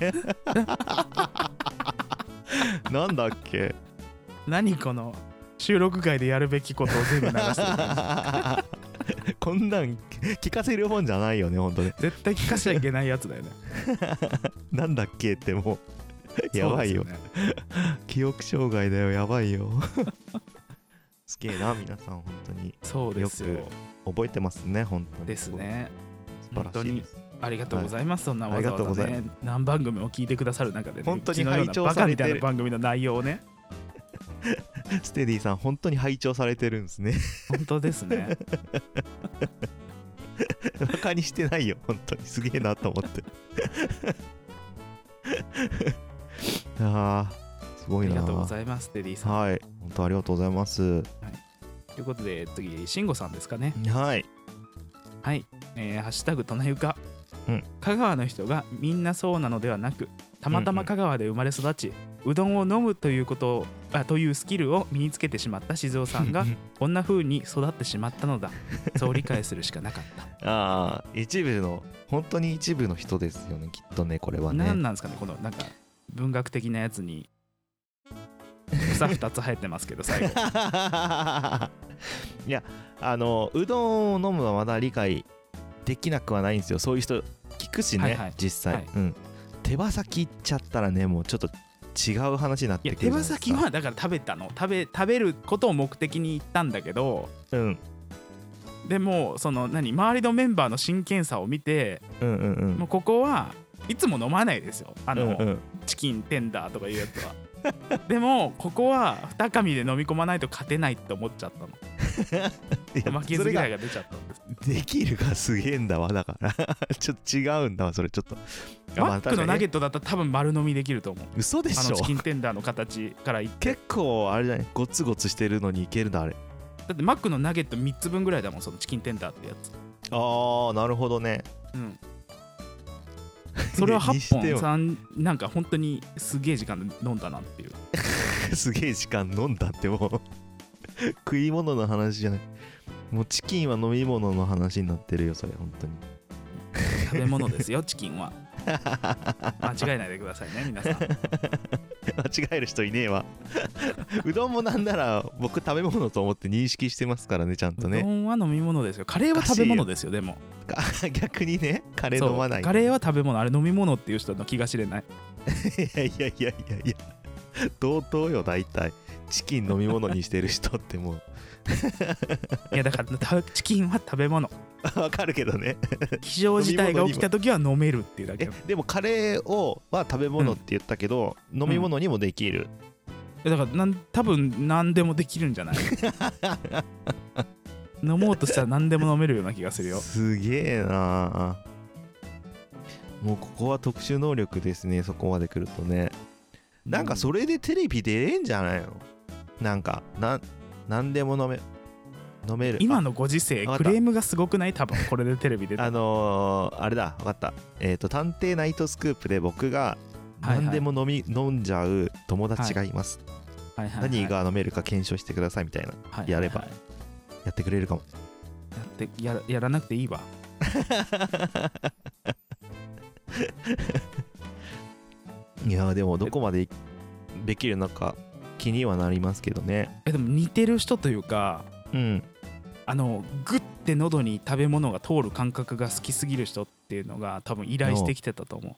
[SPEAKER 1] なんだっけ
[SPEAKER 2] 何この収録外でやるべきことを全部流してる
[SPEAKER 1] こんなん聞かせるもんじゃないよね本当ね
[SPEAKER 2] 絶対聞かしちゃいけないやつだよね
[SPEAKER 1] なんだっけってもう やばいよ
[SPEAKER 2] そうですね
[SPEAKER 1] 記憶障害だよやばいよ すげえな皆さん本当に
[SPEAKER 2] そうですよ
[SPEAKER 1] よ覚えてますね本当に
[SPEAKER 2] ですね
[SPEAKER 1] 素晴らしいです
[SPEAKER 2] ありがとうございます、そんな
[SPEAKER 1] あ
[SPEAKER 2] わ
[SPEAKER 1] り
[SPEAKER 2] ざ
[SPEAKER 1] がとう
[SPEAKER 2] わ
[SPEAKER 1] ご
[SPEAKER 2] ざ
[SPEAKER 1] ざいま
[SPEAKER 2] ね何番組も聞いてくださる中で、ね、
[SPEAKER 1] 本当に
[SPEAKER 2] うちのような
[SPEAKER 1] 拝聴されてる
[SPEAKER 2] バカみたいな番組の内容 をね
[SPEAKER 1] ステディさん本当に拝聴されてるんですね
[SPEAKER 2] 本当ですね
[SPEAKER 1] バカにしてないよ本当にすげえなと思って あー すご
[SPEAKER 2] あ
[SPEAKER 1] い
[SPEAKER 2] り
[SPEAKER 1] な
[SPEAKER 2] がとうございますテディさん、
[SPEAKER 1] はい本当ありがとうございます
[SPEAKER 2] ということで次慎吾さんですかね
[SPEAKER 1] はい
[SPEAKER 2] はい、えーハッシュタグとなゆか」
[SPEAKER 1] うん
[SPEAKER 2] 香川の人がみんなそうなのではなくたまた
[SPEAKER 1] うんう
[SPEAKER 2] ま
[SPEAKER 1] ん
[SPEAKER 2] 香川で生まれ育ち、うどんを飲むということをあというスキルを身につけてしまった静雄さんがこんな風に育ってしまったのだそう理解するしかなかっ
[SPEAKER 1] ああ一部の本当に一部の人ですよねきっとねこれ
[SPEAKER 2] た、
[SPEAKER 1] はね
[SPEAKER 2] 何なんですかねこのなんか文学的なやつに草2つ生えてますけ ど最後
[SPEAKER 1] いやあのうどんを飲むのはまだ理解できなくはないんですよそういう人聞くしね、
[SPEAKER 2] はいはい
[SPEAKER 1] 実際、
[SPEAKER 2] はい
[SPEAKER 1] うん、手羽先いっちゃったらねもうちょっと違う話になっ
[SPEAKER 2] い
[SPEAKER 1] て
[SPEAKER 2] や
[SPEAKER 1] くる
[SPEAKER 2] 手
[SPEAKER 1] じゃない
[SPEAKER 2] 羽
[SPEAKER 1] ですか
[SPEAKER 2] 先はだから食べたの食べ食べることを目的に行ったんだけど
[SPEAKER 1] うん
[SPEAKER 2] でもその何周りのメンバーの真剣さを見て
[SPEAKER 1] うんうんうん
[SPEAKER 2] もうここはいつも飲まないですよあの、
[SPEAKER 1] うんうん
[SPEAKER 2] チキンテンダーとかいうやつは でもここは二紙で飲み込まないと勝てないって思っちゃったの
[SPEAKER 1] いや
[SPEAKER 2] 負け
[SPEAKER 1] そ
[SPEAKER 2] ず
[SPEAKER 1] れ
[SPEAKER 2] 嫌い
[SPEAKER 1] が
[SPEAKER 2] が出ちゃったんです
[SPEAKER 1] できるがすげえんだわだから ちょっと違うんだわそれちょっと
[SPEAKER 2] マックのナゲ
[SPEAKER 1] ッ
[SPEAKER 2] ットだったら多分丸飲みできると思う
[SPEAKER 1] 嘘で
[SPEAKER 2] あ
[SPEAKER 1] し
[SPEAKER 2] の
[SPEAKER 1] ょ
[SPEAKER 2] チキンテンダーの形からいって
[SPEAKER 1] 結構あれじゃないゴツゴツしてるのにいけるんだあれ
[SPEAKER 2] だってマックのナゲット3つ分ぐらいだもんそのチキンテンダーってやつ
[SPEAKER 1] あーなるほどね
[SPEAKER 2] うんそれは
[SPEAKER 1] にして
[SPEAKER 2] 8
[SPEAKER 1] も
[SPEAKER 2] 本三なんか本当にすげえ時間で飲んだなってい う
[SPEAKER 1] すげえ時間飲んだってもう 食い物の話じゃないもうチキンは飲み物の話になってるよそれ本当に
[SPEAKER 2] 食べ物ですよチキンは間違えないでくださいね皆さん
[SPEAKER 1] 間違える人いねえわ うどんもなんなら僕食べ物と思って認識してますからねちゃんと
[SPEAKER 2] うど
[SPEAKER 1] ね
[SPEAKER 2] んは飲み物ですよカレーは食べ物ですよでも
[SPEAKER 1] か 逆にねカレー飲まな
[SPEAKER 2] そう
[SPEAKER 1] い
[SPEAKER 2] カレーは食べ物あれ飲み物っていう人の気が知れない
[SPEAKER 1] いやいやいやいやいや同等よ大体チキン飲み物にしてる人っても
[SPEAKER 2] いやだからたチキンは食べ 物
[SPEAKER 1] う わかるけどね
[SPEAKER 2] 非常事態が起きた時は飲めるっていうだけ
[SPEAKER 1] え
[SPEAKER 2] だか
[SPEAKER 1] でもカレーをは食べ物って言ったけど、飲み物にもできる、
[SPEAKER 2] らなん多分何でもできるんじゃない 飲もうとしたら何でも飲めるような気がするよ
[SPEAKER 1] すげえなあもうここは特殊能力ですねそこまで来るとねなんかそれでテレビ出れんじゃないのなんかなんなんでも飲め飲める
[SPEAKER 2] 今のご時世
[SPEAKER 1] わかっ
[SPEAKER 2] ク
[SPEAKER 1] た
[SPEAKER 2] レームがすごくない多分これでテレビ出
[SPEAKER 1] あ
[SPEAKER 2] て
[SPEAKER 1] あのーあれだ分かったえっ、と「探偵ナイトスクープ」で僕が
[SPEAKER 2] はいはい
[SPEAKER 1] 何でも飲み、飲んじゃう友達がいます、何が飲めるか検証してくださいみたいなやれば
[SPEAKER 2] や
[SPEAKER 1] やってくれるかも
[SPEAKER 2] ってやらやらなくていいわ
[SPEAKER 1] いやーでもどこまでできるのか気にはなりますけどね
[SPEAKER 2] えでも似てる人というか
[SPEAKER 1] うん
[SPEAKER 2] あのグッて喉に食べ物が通る感覚が好きすぎる人っていうのが多分依頼してきてたと思う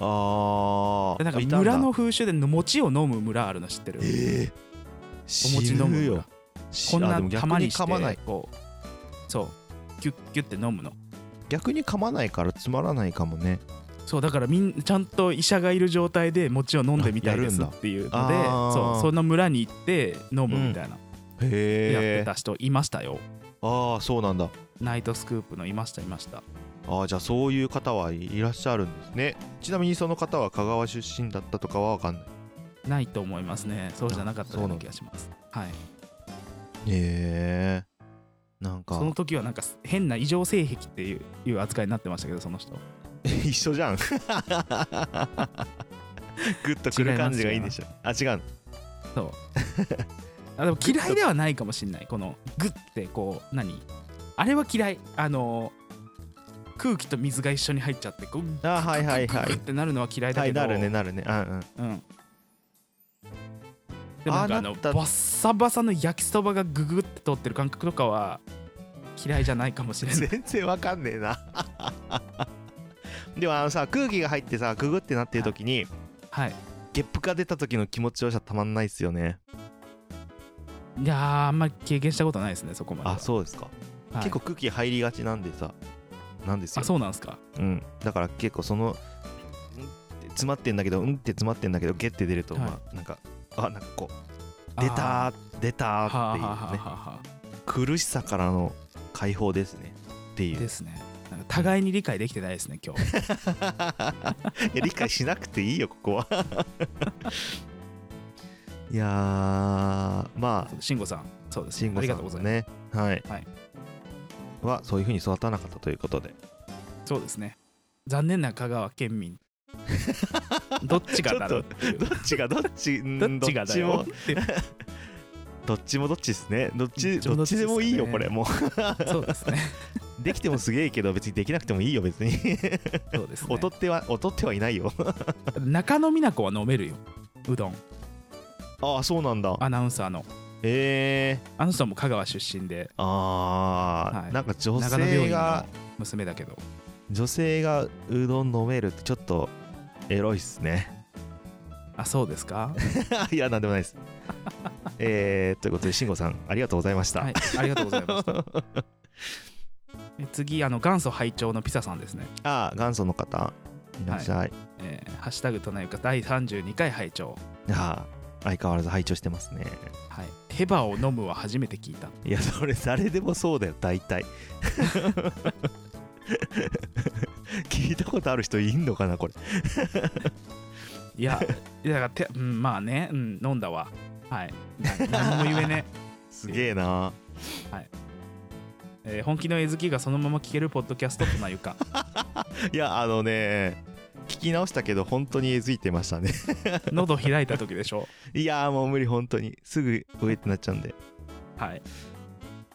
[SPEAKER 1] あ
[SPEAKER 2] で
[SPEAKER 1] あ
[SPEAKER 2] なんか
[SPEAKER 1] いただ
[SPEAKER 2] 村の風習で餅を飲む村あるの知ってる
[SPEAKER 1] ええ
[SPEAKER 2] お餅
[SPEAKER 1] 知
[SPEAKER 2] 飲む
[SPEAKER 1] る
[SPEAKER 2] 村
[SPEAKER 1] よ
[SPEAKER 2] こん
[SPEAKER 1] あ
[SPEAKER 2] な
[SPEAKER 1] でも逆
[SPEAKER 2] 玉にして
[SPEAKER 1] 噛まない
[SPEAKER 2] こうそうキュッキュッて飲むの
[SPEAKER 1] 逆に噛まないからつまらないかもね
[SPEAKER 2] そうだからみんちゃんと医者がいる状態で餅を飲んでみたいです
[SPEAKER 1] あや
[SPEAKER 2] っ
[SPEAKER 1] るんだ
[SPEAKER 2] ていうので
[SPEAKER 1] あー
[SPEAKER 2] そうその村に行って飲むみたいな、やって
[SPEAKER 1] へえ
[SPEAKER 2] た人いましたよ
[SPEAKER 1] ああそうなんだ
[SPEAKER 2] ナイトスクープのいましたいました
[SPEAKER 1] ああじゃあそういう方はいいらっしゃるんですねちなみにその方は香川出身だったとかは分かんない
[SPEAKER 2] ないと思いますねそうじゃなかったような気がしますはい
[SPEAKER 1] へえなん
[SPEAKER 2] その
[SPEAKER 1] か
[SPEAKER 2] 時はなんか変な異常性癖っていういう扱いになってましたけどその人
[SPEAKER 1] 一緒 じゃんグッとくる感じがいいんでしょあ違う
[SPEAKER 2] そうあでも嫌いではないかもしんないこのグッてこう何あれは嫌いあの空気と水が一緒に入っちゃってこうグ
[SPEAKER 1] あはいはいは
[SPEAKER 2] ッ
[SPEAKER 1] い
[SPEAKER 2] てなるのは嫌い だ
[SPEAKER 1] は
[SPEAKER 2] け
[SPEAKER 1] い
[SPEAKER 2] ど、
[SPEAKER 1] なるねなるねうんうん
[SPEAKER 2] うんでもなんかあの
[SPEAKER 1] あなった
[SPEAKER 2] バッサバサの焼きそばがググって通ってる感覚とかは嫌いじゃないかもしれな い
[SPEAKER 1] 全然わかんねえな でもあのさ空気が入ってさググってなってる時に
[SPEAKER 2] はい
[SPEAKER 1] ゲップが出た時の気持ちよさたまんないっすよね
[SPEAKER 2] いやーあんまり経験したことないですねそこまでは
[SPEAKER 1] あそうですか、
[SPEAKER 2] はい
[SPEAKER 1] 結構空気入りがちなんでさなんですよ
[SPEAKER 2] あそうなんですか
[SPEAKER 1] うん、だから結構そのうんって詰まってんだけどうんって詰まってんだけどゲッて出ると、
[SPEAKER 2] はい
[SPEAKER 1] まあなんかあなんかこう出たー出た
[SPEAKER 2] あー
[SPEAKER 1] ー
[SPEAKER 2] は
[SPEAKER 1] って
[SPEAKER 2] あ
[SPEAKER 1] い
[SPEAKER 2] はあは
[SPEAKER 1] うね
[SPEAKER 2] あはあ
[SPEAKER 1] 苦しさからの解放ですねっていう
[SPEAKER 2] ですねなんか互いに理解できてないですね 今日
[SPEAKER 1] いや理解しなくていいよここは いやーまあ
[SPEAKER 2] 慎吾さんそうです
[SPEAKER 1] 慎
[SPEAKER 2] ねあ
[SPEAKER 1] 吾
[SPEAKER 2] り
[SPEAKER 1] さ
[SPEAKER 2] がとうござ
[SPEAKER 1] ん
[SPEAKER 2] います
[SPEAKER 1] ねはい、
[SPEAKER 2] はい
[SPEAKER 1] はそういうふうに育たなかったということ で
[SPEAKER 2] そうですね残念な香川県 民どっちがだろうっていう
[SPEAKER 1] どっちがどっち
[SPEAKER 2] どっちがだよ
[SPEAKER 1] どっちもどっちもどっちですねどっち
[SPEAKER 2] どっちも
[SPEAKER 1] ど
[SPEAKER 2] ど
[SPEAKER 1] っ
[SPEAKER 2] っち
[SPEAKER 1] ち
[SPEAKER 2] です
[SPEAKER 1] で
[SPEAKER 2] ね
[SPEAKER 1] もいいよこれも
[SPEAKER 2] そうですね
[SPEAKER 1] うできてもすげえけど別にできなくてもいいよ別に
[SPEAKER 2] そうですね
[SPEAKER 1] 劣っては劣ってはいないよ
[SPEAKER 2] 中野美奈子は飲めるようどん
[SPEAKER 1] ああそうなんだ
[SPEAKER 2] アナウンサーの
[SPEAKER 1] ええ
[SPEAKER 2] あの人も香川出身で
[SPEAKER 1] ー、あー、
[SPEAKER 2] はい
[SPEAKER 1] なんか女
[SPEAKER 2] 長野病
[SPEAKER 1] 性
[SPEAKER 2] 院の
[SPEAKER 1] が
[SPEAKER 2] 娘だけど
[SPEAKER 1] 女性がうどん飲めるってちょっとエロいっすね
[SPEAKER 2] あそうですか
[SPEAKER 1] いやなんでも ないですえー、ということで慎吾さんありがとうございました、
[SPEAKER 2] はいありがとうございましたえ次あの元祖拝聴のピサさんですね
[SPEAKER 1] ああ元祖の方いらっしゃい、
[SPEAKER 2] えーハッシュタグとなゆか第32回拝聴
[SPEAKER 1] ああ相変わらず拝聴してますね
[SPEAKER 2] はい手羽を飲むは初めて聞いた
[SPEAKER 1] いやそれ誰でもそうだよ大 体 聞いたことある人いんのかなこれ
[SPEAKER 2] いやいやだから手、うん、まあね、うん、飲んだわはいな何も言えね
[SPEAKER 1] すげえな
[SPEAKER 2] え、 えー本気の絵好きがそのまま聞けるポッドキャストとなゆか
[SPEAKER 1] いやあのね聞き直したけど本当にえずいてましたね
[SPEAKER 2] 喉開いた時でしょ
[SPEAKER 1] いやーもう無理本当にすぐ上ってなっちゃうんで
[SPEAKER 2] はい、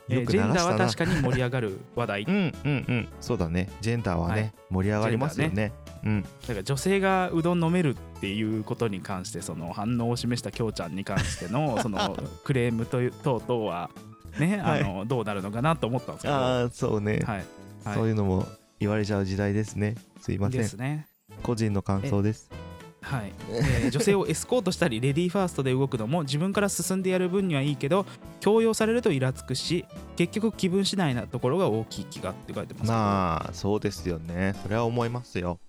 [SPEAKER 2] えー
[SPEAKER 1] よく
[SPEAKER 2] ジ
[SPEAKER 1] 流し
[SPEAKER 2] ェ
[SPEAKER 1] た
[SPEAKER 2] ンダーは
[SPEAKER 1] な
[SPEAKER 2] 確かに盛り上がる話題
[SPEAKER 1] うんうんうんそうだねジェンダーはね、
[SPEAKER 2] はい
[SPEAKER 1] 盛り上がりますよねうん
[SPEAKER 2] だから女性がうどん飲めるっていうことに関してその反応を示したきょうちゃんに関しての そのクレームという等々はね、
[SPEAKER 1] はい
[SPEAKER 2] あのどうなるのかなと思ったんですけどは
[SPEAKER 1] ああそうね、
[SPEAKER 2] い、はい、
[SPEAKER 1] そういうのも言われちゃう時代ですねすいませ
[SPEAKER 2] で
[SPEAKER 1] ん
[SPEAKER 2] すね
[SPEAKER 1] 個人の感想です
[SPEAKER 2] はいえー女性をエスコートしたりレディーファーストで動くのも自分から進んでやる分にはいいけど強要されるとイラつくし結局気分次第なところが大きい気がって書いてますけど
[SPEAKER 1] まあそうですよねそれは思いますよ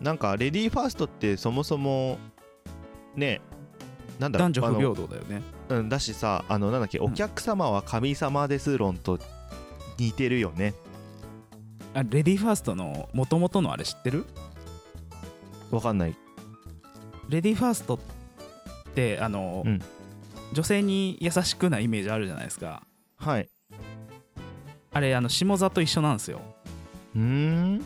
[SPEAKER 1] なんかレディーファーストってそもそもねなんだろう
[SPEAKER 2] 男女不
[SPEAKER 1] あ
[SPEAKER 2] 平等だよね
[SPEAKER 1] のうんだしさあのなんだっけ、
[SPEAKER 2] うん
[SPEAKER 1] お客様は神様です論と似てるよね
[SPEAKER 2] あレディーファーストの元々のあれ知ってる
[SPEAKER 1] わかんない
[SPEAKER 2] レディーファーストってあの、
[SPEAKER 1] うん
[SPEAKER 2] 女性に優しくなイメージあるじゃないですか
[SPEAKER 1] はい
[SPEAKER 2] あれあの下座と一緒なんですよ
[SPEAKER 1] うーん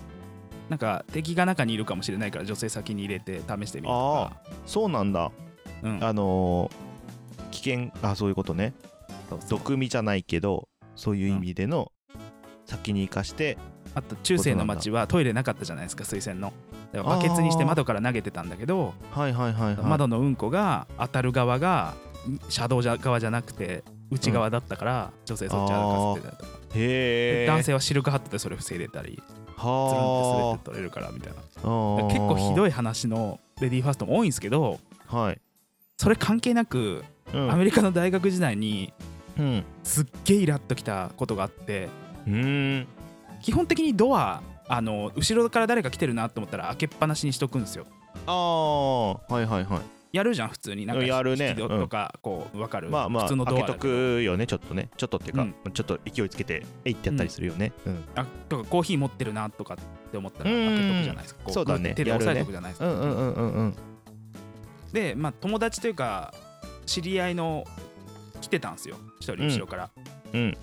[SPEAKER 2] なんか敵が中にいるかもしれないから女性先に入れて試してみるとか
[SPEAKER 1] そうなんだ
[SPEAKER 2] うん
[SPEAKER 1] あのー危険あそういうことね
[SPEAKER 2] そうそう
[SPEAKER 1] 毒味じゃないけどそういう意味での、先に生かして
[SPEAKER 2] あと中世の町はトイレなかったじゃないですか水洗のだからバケツにして窓から投げてたんだけど
[SPEAKER 1] はいはいはいはい
[SPEAKER 2] 窓のうんこが当たる側が車道側じゃなくて内側だったから、女性そっち側がかせてたりとか、
[SPEAKER 1] へ
[SPEAKER 2] で
[SPEAKER 1] え
[SPEAKER 2] 男性はシルクハットでそれ防いでたりつるんって滑って取れるからみたいなだから結構ひ
[SPEAKER 1] い
[SPEAKER 2] どい話のレディーファーストも多いんですけど
[SPEAKER 1] はい、
[SPEAKER 2] それ関係なく
[SPEAKER 1] うん
[SPEAKER 2] アメリカの大学時代に
[SPEAKER 1] うん
[SPEAKER 2] すっげえイラっときたことがあって
[SPEAKER 1] うーん
[SPEAKER 2] 基本的にドアあの後ろから誰か来てるなと思ったら開けっぱなしにしとくんですよ
[SPEAKER 1] ああはいはいはい
[SPEAKER 2] やるじゃん普通になんか
[SPEAKER 1] やるね
[SPEAKER 2] 引き戸とかこうわかる、
[SPEAKER 1] まあまあ
[SPEAKER 2] 普通のドア
[SPEAKER 1] 開け
[SPEAKER 2] だ
[SPEAKER 1] とくよねちょっとねちょっとっていうか、
[SPEAKER 2] う
[SPEAKER 1] ちょっと勢いつけてえいってやったりするよね、うん
[SPEAKER 2] あとかコーヒー持ってるなとかって思ったら
[SPEAKER 1] うん
[SPEAKER 2] 開けとくじゃないですかこ
[SPEAKER 1] そうだね
[SPEAKER 2] グッて手で押さえとくじゃないです
[SPEAKER 1] う
[SPEAKER 2] か、
[SPEAKER 1] ん、うんうんうんうん
[SPEAKER 2] でまあ友達というか知り合いの来てたんですよ一人後ろから、
[SPEAKER 1] うん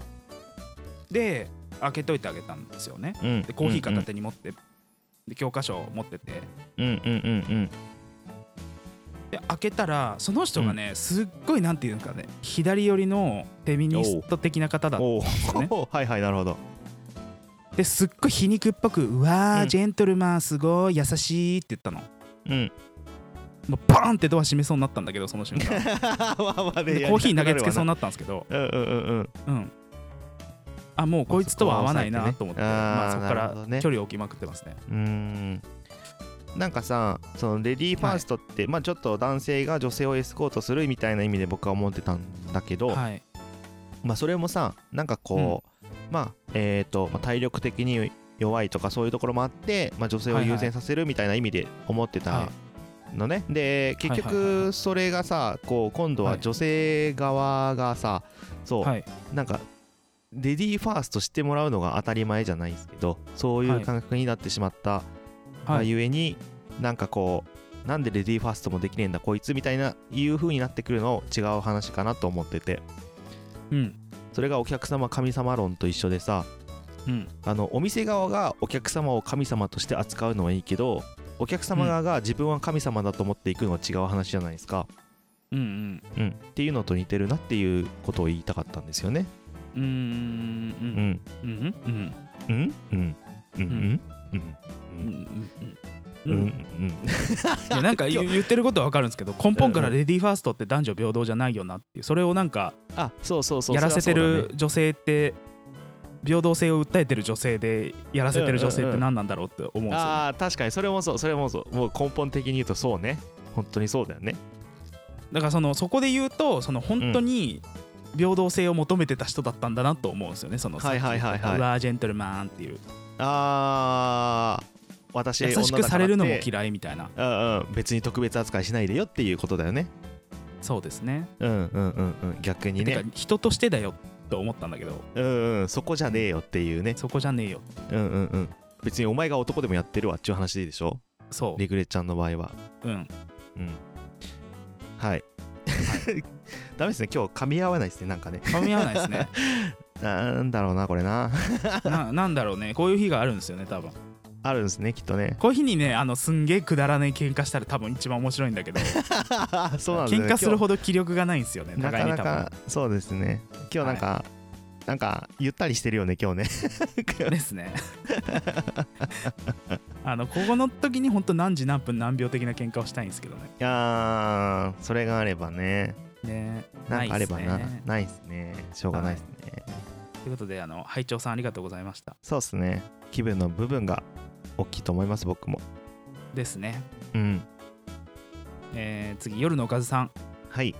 [SPEAKER 2] で開けといてあげたんですよね
[SPEAKER 1] うん
[SPEAKER 2] でコーヒー片手に持って、で教科書を持ってて
[SPEAKER 1] うんうんうんうん
[SPEAKER 2] で開けたらその人がね、すっごいなんていうんですかね左寄りのフェミニスト的な方だ
[SPEAKER 1] うん
[SPEAKER 2] った
[SPEAKER 1] おお、
[SPEAKER 2] ね
[SPEAKER 1] はいはいなるほど
[SPEAKER 2] ですっごい皮肉っぽく「うわー、
[SPEAKER 1] うん
[SPEAKER 2] ジェントルマンすごい優しい」って言ったの
[SPEAKER 1] うん
[SPEAKER 2] もうバーンってドア閉めそうになったんだけどその瞬間
[SPEAKER 1] まあまあね
[SPEAKER 2] で
[SPEAKER 1] やりたくなるわな
[SPEAKER 2] コーヒー投げつけそうになったんですけど
[SPEAKER 1] うんうんうんうん
[SPEAKER 2] うんあもうこいつとは合わない
[SPEAKER 1] まあ
[SPEAKER 2] な
[SPEAKER 1] そ
[SPEAKER 2] と
[SPEAKER 1] こは抑えて
[SPEAKER 2] 思って、
[SPEAKER 1] ね
[SPEAKER 2] ま
[SPEAKER 1] あー
[SPEAKER 2] あ、そこか
[SPEAKER 1] なるほどね
[SPEAKER 2] ら距離を置きまくってますね
[SPEAKER 1] うーんなんかさそのレディーファーストって、まあちょっと男性が女性をエスコートするみたいな意味で僕は思ってたんだけど、
[SPEAKER 2] はい
[SPEAKER 1] まあそれもさなんかこう、まあえっ、と、まあ体力的に弱いとかそういうところもあって、まあ、女性を優先させるみたいな意味で思ってた
[SPEAKER 2] は
[SPEAKER 1] のね、で結
[SPEAKER 2] はいはいはいは
[SPEAKER 1] 局それがさこう今度は
[SPEAKER 2] はい
[SPEAKER 1] 女性側がさそう、
[SPEAKER 2] はい
[SPEAKER 1] なんかレディーファーストしてもらうのが当たり前じゃないですけどそうい
[SPEAKER 2] は
[SPEAKER 1] う
[SPEAKER 2] い
[SPEAKER 1] 感覚になってしまった
[SPEAKER 2] は
[SPEAKER 1] が
[SPEAKER 2] い
[SPEAKER 1] ゆえに、なんかこうなんでレディーファーストもできねえんだこいつみたいないう風になってくるのを違う話かなと思ってて
[SPEAKER 2] うん
[SPEAKER 1] それがお客様神様論と一緒でさ
[SPEAKER 2] うん
[SPEAKER 1] あのお店側がお客様を神様として扱うのはいいけどお客様側が自分は神様だと思っていくのは違う話じゃないですか、
[SPEAKER 2] うん
[SPEAKER 1] うん、っていうのと似てるなっていうことを言いたかったんですよね。
[SPEAKER 2] うんうんう
[SPEAKER 1] うんん、
[SPEAKER 2] うんうんうん
[SPEAKER 1] うん、うん、うん、うん、うん、
[SPEAKER 2] う
[SPEAKER 1] う、
[SPEAKER 2] んうん
[SPEAKER 1] うん
[SPEAKER 2] うんん、いやなんか言う言ってることはわかるんですけど根本からレディーファーストって男女平等じゃないよなっていうそれをなんか
[SPEAKER 1] あ、そうそうそう。
[SPEAKER 2] やらせて
[SPEAKER 1] そりゃそう
[SPEAKER 2] る
[SPEAKER 1] だね
[SPEAKER 2] 女性って平等性を訴えてる女性でやらせてる女性って何なんだろうって思うんですよ、ね
[SPEAKER 1] ああ、確かにそれもそう、それもそう。もう根本的に言うとそうね。本当にそうだよね。
[SPEAKER 2] だからそのそこで言うとその本当に平等性を求めてた人だったんだなと思うんですよねその
[SPEAKER 1] はいはいはいはい
[SPEAKER 2] さっき言ったラージェントルマンっていう
[SPEAKER 1] ああ、私
[SPEAKER 2] 優しくされるのも
[SPEAKER 1] い。
[SPEAKER 2] 嫌いみたいな
[SPEAKER 1] うんうん、別に特別扱いしないでよっていうことだよね。
[SPEAKER 2] そうですね
[SPEAKER 1] うんうんうんうん、逆に
[SPEAKER 2] て
[SPEAKER 1] ね
[SPEAKER 2] か。人としてだよと思ったんだけど
[SPEAKER 1] うんうん、そこじゃねえよっていうね。
[SPEAKER 2] そこじゃねえよ
[SPEAKER 1] うんうんうん。別にお前が男でもやってるわっていう話でいいでしょ
[SPEAKER 2] そ
[SPEAKER 1] リグレちゃんの場合は。
[SPEAKER 2] ううん
[SPEAKER 1] うん。はい。 ダメですね、今日噛み合わないですね、なんかね。
[SPEAKER 2] 噛み合わないです ね
[SPEAKER 1] なんだろうな、これな。
[SPEAKER 2] ななんだろうねこういう日があるんですよね多分
[SPEAKER 1] あるんですね、きっと ね。
[SPEAKER 2] こういう日にねあのすんげえくだらない喧嘩したら多分一番面白いんだけど
[SPEAKER 1] そうなんですね
[SPEAKER 2] 喧嘩する
[SPEAKER 1] ほ
[SPEAKER 2] ほど気力がないんですよね
[SPEAKER 1] な
[SPEAKER 2] 互い
[SPEAKER 1] かな
[SPEAKER 2] に多分
[SPEAKER 1] か、そうですね。今日なんか、なんか、ゆったりしてるよね、今日ね。
[SPEAKER 2] で すねあのここの時に本当何時何分何秒的な喧嘩をしたいんですけどね
[SPEAKER 1] いやー、それがあればね。
[SPEAKER 2] ね
[SPEAKER 1] なんかあればな
[SPEAKER 2] ないっすね。
[SPEAKER 1] ないですね。しょうがないですね。
[SPEAKER 2] ということであの拝聴さんありがとうございました
[SPEAKER 1] そうですね。気分の部分が大きいと思います、僕も。
[SPEAKER 2] ですね、
[SPEAKER 1] うん。
[SPEAKER 2] えー次夜のおかずさん、
[SPEAKER 1] はい。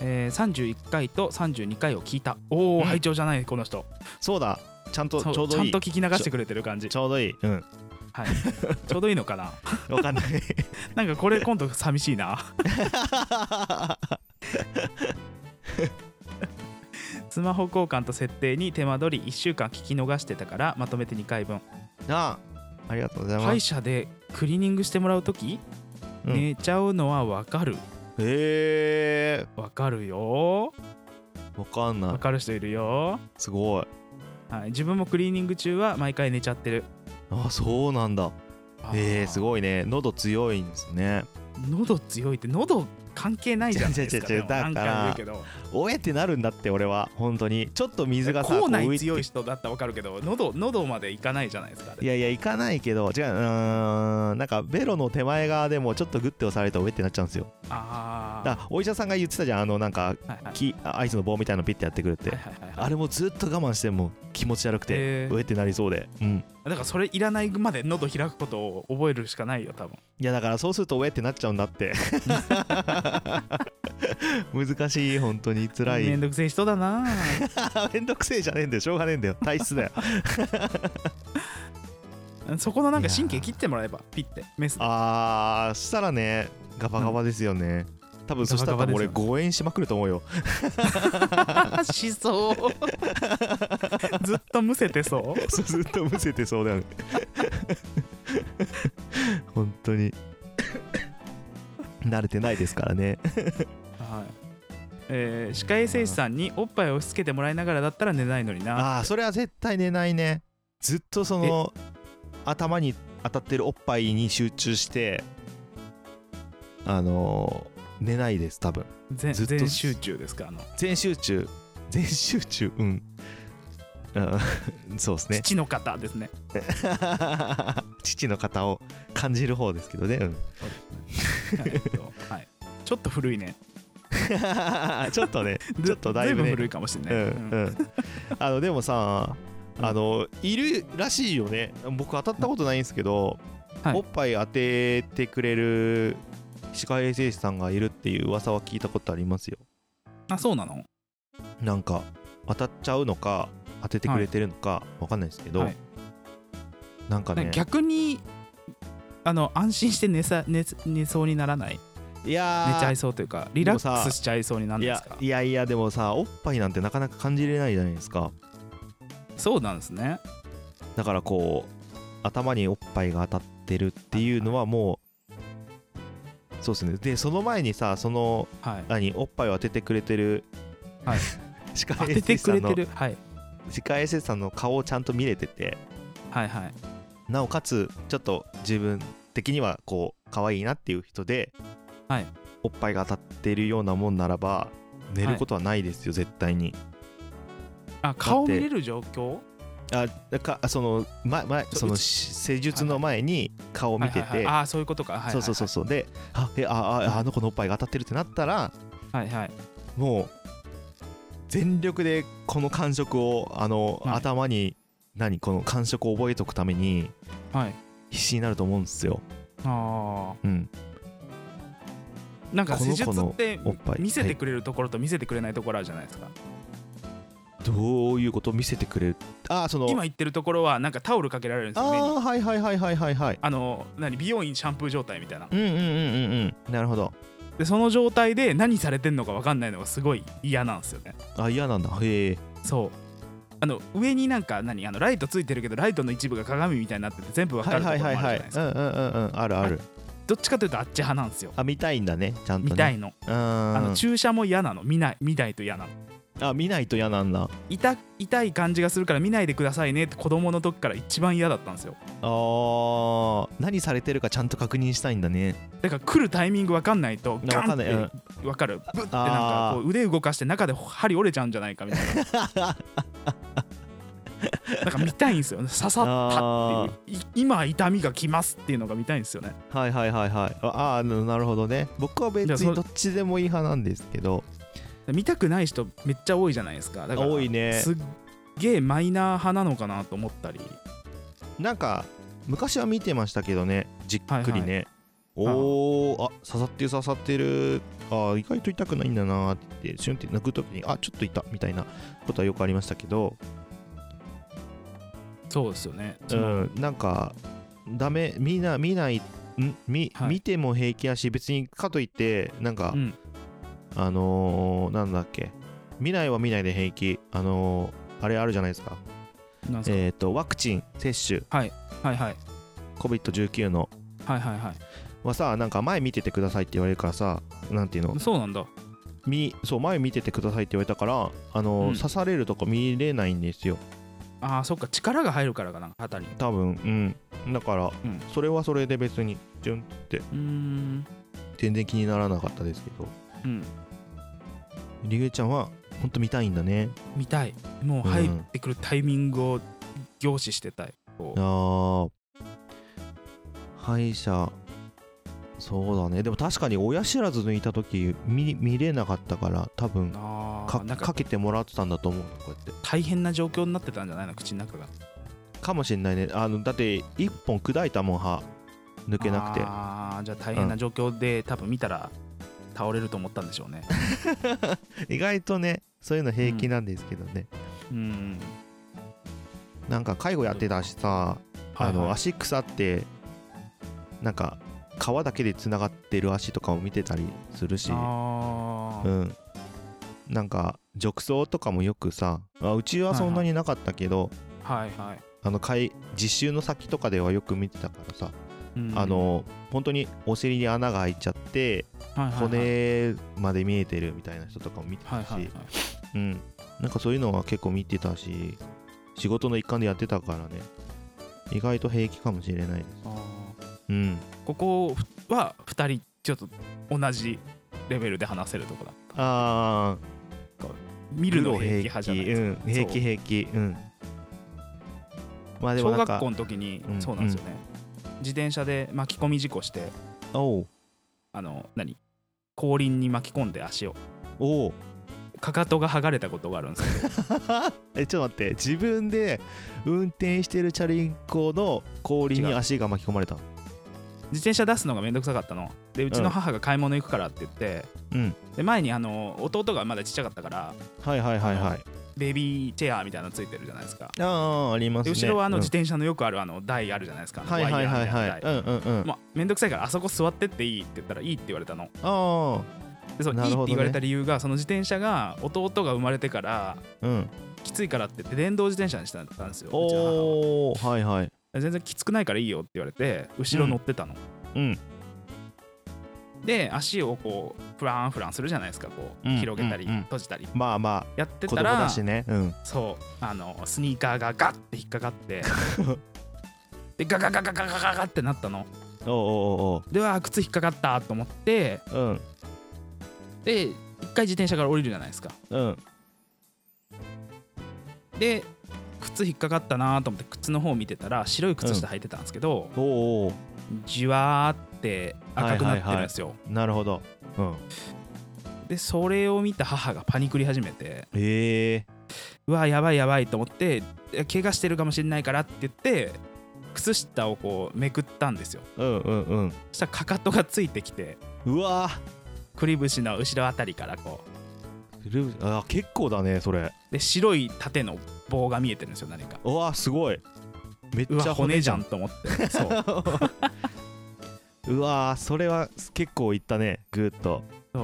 [SPEAKER 2] えー31回と32回を聞いたおお、
[SPEAKER 1] うん
[SPEAKER 2] 拝聴じゃないこの人
[SPEAKER 1] そうだ。ちゃんと、ち
[SPEAKER 2] そう
[SPEAKER 1] ょうどいい。
[SPEAKER 2] ちゃんと聞き流してくれてる感じ
[SPEAKER 1] ちょうどいい。うん。
[SPEAKER 2] はい、ちょうどいいのかな
[SPEAKER 1] わ かんない。
[SPEAKER 2] なんかこれ今度寂しいなスマホ交換と設定に手間取り1週間聞き逃してたからまとめて2回分
[SPEAKER 1] なあ。ありがとうございます。
[SPEAKER 2] 歯医者でクリーニングしてもらう時、
[SPEAKER 1] うん
[SPEAKER 2] 寝ちゃうのはわかる
[SPEAKER 1] へえ
[SPEAKER 2] わかるよ
[SPEAKER 1] わかんな
[SPEAKER 2] わ
[SPEAKER 1] い
[SPEAKER 2] かる人いるよ、
[SPEAKER 1] すごい
[SPEAKER 2] はい、自分もクリーニング中は毎回寝ちゃってる
[SPEAKER 1] あそうなんだえー、す
[SPEAKER 2] い
[SPEAKER 1] ごいね喉強いんですね
[SPEAKER 2] 喉強いって喉関係ないじゃないですか
[SPEAKER 1] 違う違う違う
[SPEAKER 2] でも何回も言うけど
[SPEAKER 1] おえってなるんだって俺は本当にちょっと水がさ
[SPEAKER 2] 口
[SPEAKER 1] こう浮
[SPEAKER 2] 内
[SPEAKER 1] いて
[SPEAKER 2] 強い人だったらわかるけど喉喉までいかないじゃないですかあれ
[SPEAKER 1] いやいや行かないけど違ううーんなんかベロの手前側でもちょっとグッて押されるとおえってなっちゃうんですよ
[SPEAKER 2] あ
[SPEAKER 1] だからお医者さんが言ってたじゃんあのなんか
[SPEAKER 2] あはいはい
[SPEAKER 1] きあアイスの棒みたいのピッてやってくるって
[SPEAKER 2] はいはいはいはい
[SPEAKER 1] あれもずっと我慢してもう気持ち悪くて
[SPEAKER 2] えー
[SPEAKER 1] おえってなりそうでうん
[SPEAKER 2] だからそれいらないまで喉開くことを覚えるしかないよ多分
[SPEAKER 1] いやだからそうするとおえってなっちゃうんだって 難しい本当に辛い
[SPEAKER 2] めんどくせえ人だな
[SPEAKER 1] めんどくせえじゃねえんだよしょうがねえんだよ体質 だよ
[SPEAKER 2] そこのなんか
[SPEAKER 1] いやー
[SPEAKER 2] 神経切ってもらえばピッ てメスで
[SPEAKER 1] あーしたらねガバガバですよね、多分そしたら多分俺
[SPEAKER 2] ガバガバですよ
[SPEAKER 1] 誤演しまくると思うよ
[SPEAKER 2] しそう ずっとむせてそう
[SPEAKER 1] そうずっとむせてそうだよね本当に慣れてないですからね
[SPEAKER 2] はいえー歯科衛生士さんにおっぱいを押し付けてもらいながらだったら寝ないのにな
[SPEAKER 1] ああーそれは絶対寝ないねずっとその頭に当たってるおっぱいに集中してあのー寝ないです多分
[SPEAKER 2] 全
[SPEAKER 1] ずっと
[SPEAKER 2] 全集中ですかあの
[SPEAKER 1] 全集中全集中うんうんそうですね
[SPEAKER 2] 父の方です ね
[SPEAKER 1] 父の方を感じる方ですけどね、うん
[SPEAKER 2] はいえっとはいちょっと古いね
[SPEAKER 1] ちょっとねちょっとだいぶ
[SPEAKER 2] ず
[SPEAKER 1] ね
[SPEAKER 2] い古いかもしれな
[SPEAKER 1] う
[SPEAKER 2] い、
[SPEAKER 1] ん
[SPEAKER 2] う
[SPEAKER 1] うんん あのでもさ
[SPEAKER 2] うん
[SPEAKER 1] あのいるらしいよね僕当たったことないんですけど、
[SPEAKER 2] はい
[SPEAKER 1] おっぱい当ててくれる歯科衛生士さんがいるっていう噂は聞いたことありますよ
[SPEAKER 2] あそうなの
[SPEAKER 1] なんか当たっちゃうのか当ててくれてるのかわかんないですけど、
[SPEAKER 2] はい
[SPEAKER 1] なんかね
[SPEAKER 2] 逆にあの安心して寝さ寝寝そうにならない
[SPEAKER 1] いやー
[SPEAKER 2] 寝ちゃいそうというかリラックスしちゃいそうになるん
[SPEAKER 1] い
[SPEAKER 2] です
[SPEAKER 1] や
[SPEAKER 2] か
[SPEAKER 1] いやいやでもさおっぱいなんてなかなか感じれないじゃないですか
[SPEAKER 2] そうなんですね
[SPEAKER 1] だからこう頭におっぱいが当たってるっていうのはもうそうですねでその前にさその
[SPEAKER 2] はい
[SPEAKER 1] 何おっぱいを当ててくれてる、
[SPEAKER 2] はい
[SPEAKER 1] 歯科
[SPEAKER 2] 当
[SPEAKER 1] 衛
[SPEAKER 2] て
[SPEAKER 1] 生
[SPEAKER 2] て
[SPEAKER 1] 士
[SPEAKER 2] く
[SPEAKER 1] さ
[SPEAKER 2] れ
[SPEAKER 1] んの
[SPEAKER 2] てる、はい、
[SPEAKER 1] 歯科衛生士さんの顔をちゃんと見れてて
[SPEAKER 2] はいはい
[SPEAKER 1] なおかつちょっと自分的にはこう可愛いなっていう人で、
[SPEAKER 2] はい
[SPEAKER 1] おっぱいが当たってるようなもんならば寝ることはないですよ、絶対に
[SPEAKER 2] あ顔見れる状況
[SPEAKER 1] あだかその,、まま、
[SPEAKER 2] そう
[SPEAKER 1] そうの
[SPEAKER 2] ち
[SPEAKER 1] し施術の前に顔を見て
[SPEAKER 2] はいはい
[SPEAKER 1] て
[SPEAKER 2] はいああそういうことか、はいはいはい、
[SPEAKER 1] そうそうそうそうであえあああの子のおっぱいが当たってるってなったら
[SPEAKER 2] はいはい
[SPEAKER 1] もう全力でこの感触をあの、
[SPEAKER 2] はい
[SPEAKER 1] 頭に何この感触を覚えとくために
[SPEAKER 2] はい
[SPEAKER 1] 必死になると思うんですよ。
[SPEAKER 2] あ
[SPEAKER 1] うん、
[SPEAKER 2] ーなんか
[SPEAKER 1] この
[SPEAKER 2] 施
[SPEAKER 1] 子
[SPEAKER 2] 術って
[SPEAKER 1] のおっぱい
[SPEAKER 2] 見せてくれるところと見せてくれないところあるじゃないですか、
[SPEAKER 1] どういうこと見せてくれるああその
[SPEAKER 2] 今言ってるところはなんかタオルかけられるんですよ目
[SPEAKER 1] あ
[SPEAKER 2] に
[SPEAKER 1] あはいはいはいはいはいはい。
[SPEAKER 2] あの何美容院シャンプー状態みたいな
[SPEAKER 1] うんうんうんうんうんなるほど。
[SPEAKER 2] でその状態で何されてんのか分かんないのがすごい嫌なんですよね
[SPEAKER 1] あ嫌なんだへえ
[SPEAKER 2] そうあの上になんか何あのライトついてるけどライトの一部が鏡みたいになってて全部分か
[SPEAKER 1] は
[SPEAKER 2] る
[SPEAKER 1] い
[SPEAKER 2] とこ
[SPEAKER 1] はい
[SPEAKER 2] ろもあ
[SPEAKER 1] は
[SPEAKER 2] る
[SPEAKER 1] い
[SPEAKER 2] じゃ
[SPEAKER 1] は
[SPEAKER 2] な
[SPEAKER 1] いいう
[SPEAKER 2] です
[SPEAKER 1] ん
[SPEAKER 2] か
[SPEAKER 1] うんうんうんあるある
[SPEAKER 2] どっちかというとあっち派なんですよ
[SPEAKER 1] あ見たいんだねちゃんと、ね、
[SPEAKER 2] 見たいの
[SPEAKER 1] うん
[SPEAKER 2] あの
[SPEAKER 1] あ
[SPEAKER 2] 注射も嫌なの見ない見ないと嫌なの
[SPEAKER 1] 見ないと嫌なんだ
[SPEAKER 2] 痛痛い感じがするから見ないでくださいねって子供の時から一番嫌だったんですよ
[SPEAKER 1] あー何されてるかちゃんと確認したいんだね
[SPEAKER 2] だから来るタイミング分かんないと
[SPEAKER 1] な
[SPEAKER 2] ガ
[SPEAKER 1] わか
[SPEAKER 2] ン
[SPEAKER 1] んな
[SPEAKER 2] っ
[SPEAKER 1] い
[SPEAKER 2] て
[SPEAKER 1] うん
[SPEAKER 2] 分かるブッてなん
[SPEAKER 1] あ
[SPEAKER 2] か
[SPEAKER 1] ー
[SPEAKER 2] こう腕動かして中で針折れちゃうんじゃないかみたいなだから見たいんですよね刺さったっていうい今痛みがきますっていうのが見たいんですよね
[SPEAKER 1] はいはいはいはいああーなるほどね僕は別
[SPEAKER 2] いやそ
[SPEAKER 1] に
[SPEAKER 2] れ
[SPEAKER 1] どっちでもいい派なんですけど
[SPEAKER 2] 見たくない人めっちゃ多いじゃないですかだから
[SPEAKER 1] 多いね
[SPEAKER 2] すっげえマイナー派なのかなと思ったり
[SPEAKER 1] なんか昔は見てましたけどねじっくりね、
[SPEAKER 2] い
[SPEAKER 1] おーあ刺さってる刺さってるあー意外と痛くないんだなーって言ってシュンって抜く時にあちょっと痛みたいなことはよくありましたけど
[SPEAKER 2] そうですよね
[SPEAKER 1] う
[SPEAKER 2] その
[SPEAKER 1] んなんかダメ見な見ないん見,、
[SPEAKER 2] はい
[SPEAKER 1] 見ても平気やし別にかといってなんか、
[SPEAKER 2] うん
[SPEAKER 1] あのー、なんだっけ見ないは見ないで平気あのー、あれあるじゃないですか
[SPEAKER 2] なんすか
[SPEAKER 1] えっ、とワクチン接種
[SPEAKER 2] はいはい
[SPEAKER 1] COVID-19 の
[SPEAKER 2] はいはいは
[SPEAKER 1] はさなんか前見ててくださいって言われるからさなんていうの
[SPEAKER 2] いそうなんだ
[SPEAKER 1] みそう前見ててくださいって言われたからあのー、
[SPEAKER 2] うん
[SPEAKER 1] 刺されるとこ見れないんですよ
[SPEAKER 2] ああそっか力が入るからかな肩に
[SPEAKER 1] 多分うんだから、
[SPEAKER 2] うん
[SPEAKER 1] それはそれで別にジュンって
[SPEAKER 2] うーん
[SPEAKER 1] 全然気にならなかったですけど
[SPEAKER 2] うん
[SPEAKER 1] りぐえちゃんはほんと見たいんだね
[SPEAKER 2] 見たいもう入ってくるタイミングを凝視してたい、こう
[SPEAKER 1] あー歯医者そうだねでも確かに親知らず抜いた時見見れなかったから多分
[SPEAKER 2] あー
[SPEAKER 1] か
[SPEAKER 2] なん
[SPEAKER 1] か
[SPEAKER 2] か
[SPEAKER 1] けてもらってたんだと思うこうやって
[SPEAKER 2] 大変な状況になってたんじゃないの口の中が
[SPEAKER 1] かもしんないねあのだって1本砕いたもん歯抜けなくて
[SPEAKER 2] ああじゃあ大変な状況で、多分見たら倒れると思ったんでしょ うね
[SPEAKER 1] 意外とねそういうの平気なんですけどね、
[SPEAKER 2] うん
[SPEAKER 1] なんか介護やってたしさ、あの足腐ってなんか皮だけでつながってる足とかを見てたりするし
[SPEAKER 2] あ
[SPEAKER 1] う
[SPEAKER 2] ー
[SPEAKER 1] んなんか褥瘡とかもよくさあうちはそんなになかったけど、
[SPEAKER 2] はいはい、
[SPEAKER 1] あの介実習の先とかではよく見てたからさ、
[SPEAKER 2] うん
[SPEAKER 1] あ、の本当にお尻に穴が開いちゃって
[SPEAKER 2] はいはいはい
[SPEAKER 1] 骨まで見えてるみたいな人とかも見て
[SPEAKER 2] はい
[SPEAKER 1] たし、
[SPEAKER 2] はいはい
[SPEAKER 1] うん、なんかそういうのは結構見てたし仕事の一環でやってたからね意外と平気かもしれないです
[SPEAKER 2] あ
[SPEAKER 1] うん
[SPEAKER 2] ーここは2人ちょっと同じレベルで話せるとこだ
[SPEAKER 1] ああ
[SPEAKER 2] 見るの平気派じゃないですか
[SPEAKER 1] うん、平気平気うんまあでもな
[SPEAKER 2] 小
[SPEAKER 1] ん
[SPEAKER 2] 学
[SPEAKER 1] か
[SPEAKER 2] 校の時に、
[SPEAKER 1] うん
[SPEAKER 2] そうなんですよね、自転車で巻き込み事故して
[SPEAKER 1] おう
[SPEAKER 2] あの何後輪に巻き込んで足を
[SPEAKER 1] おう
[SPEAKER 2] かかとが剥がれたことがある んですけど
[SPEAKER 1] えちょっと待って自分で運転してるチャリンコの後輪
[SPEAKER 2] 違
[SPEAKER 1] に
[SPEAKER 2] う
[SPEAKER 1] 足が巻き込まれた
[SPEAKER 2] 自転車出すのがめんどくさかったのでうちの母が買い物行くからって言って、
[SPEAKER 1] うん
[SPEAKER 2] で前にあの弟がまだちっちゃかったから
[SPEAKER 1] はいはいはいはい
[SPEAKER 2] ベビーチェアみたいなのついてるじゃないですか
[SPEAKER 1] あああります
[SPEAKER 2] で
[SPEAKER 1] ね
[SPEAKER 2] 後ろはあの
[SPEAKER 1] うん
[SPEAKER 2] 自転車のよくあるあの台あるじゃないですか、
[SPEAKER 1] はいはいはいは
[SPEAKER 2] ワイヤーみ
[SPEAKER 1] い
[SPEAKER 2] た
[SPEAKER 1] う
[SPEAKER 2] な台
[SPEAKER 1] んうんうん
[SPEAKER 2] まあ、めんどくさいからあそこ座ってっていいって言ったらいいって言われたの
[SPEAKER 1] あ
[SPEAKER 2] でその
[SPEAKER 1] ない
[SPEAKER 2] い
[SPEAKER 1] る
[SPEAKER 2] っ
[SPEAKER 1] ほどね
[SPEAKER 2] て言われた理由がその自転車が弟が生まれてから
[SPEAKER 1] あうん
[SPEAKER 2] きついからって言って電動自転車にしたんですようちの母は
[SPEAKER 1] おおはいはい
[SPEAKER 2] 全然きつくないからいいよって言われて後ろ乗ってたの、
[SPEAKER 1] うん
[SPEAKER 2] で足をこうフランフランするじゃないですかこう
[SPEAKER 1] うん
[SPEAKER 2] 広げたり
[SPEAKER 1] うんうん
[SPEAKER 2] 閉じたり
[SPEAKER 1] まあまあ
[SPEAKER 2] やって
[SPEAKER 1] 子
[SPEAKER 2] た
[SPEAKER 1] 供
[SPEAKER 2] ら
[SPEAKER 1] だしねうん
[SPEAKER 2] そうあのスニーカーがガッて引っかかって でガガガガガガガガってなったの
[SPEAKER 1] おうおう
[SPEAKER 2] では靴引っかかったと思って
[SPEAKER 1] おうおう
[SPEAKER 2] で一回自転車から降りるじゃないですか
[SPEAKER 1] うんうん
[SPEAKER 2] で靴引っかかったなと思って靴の方を見てたら白い靴下履いてたんですけど、
[SPEAKER 1] おうおう
[SPEAKER 2] じわーって赤くなってるんですよ、
[SPEAKER 1] なるほどうん
[SPEAKER 2] でそれを見た母がパニクり始めて
[SPEAKER 1] へえ
[SPEAKER 2] うわやばいやばいと思ってえ怪我してるかもしれないからって言って靴下をこうめくったんですよ
[SPEAKER 1] うんうんうん
[SPEAKER 2] そしたらかかとがついてきて
[SPEAKER 1] うわ
[SPEAKER 2] くりぶしの後ろあたりからこう
[SPEAKER 1] ールーあ結構だねそれ
[SPEAKER 2] で白い縦の棒が見えてるんですよ何か
[SPEAKER 1] うわーすごいめっち
[SPEAKER 2] う
[SPEAKER 1] ゃ
[SPEAKER 2] わ骨じゃ
[SPEAKER 1] ん
[SPEAKER 2] んと思 ってそう
[SPEAKER 1] うわーそれは結構いったねグーッと
[SPEAKER 2] そう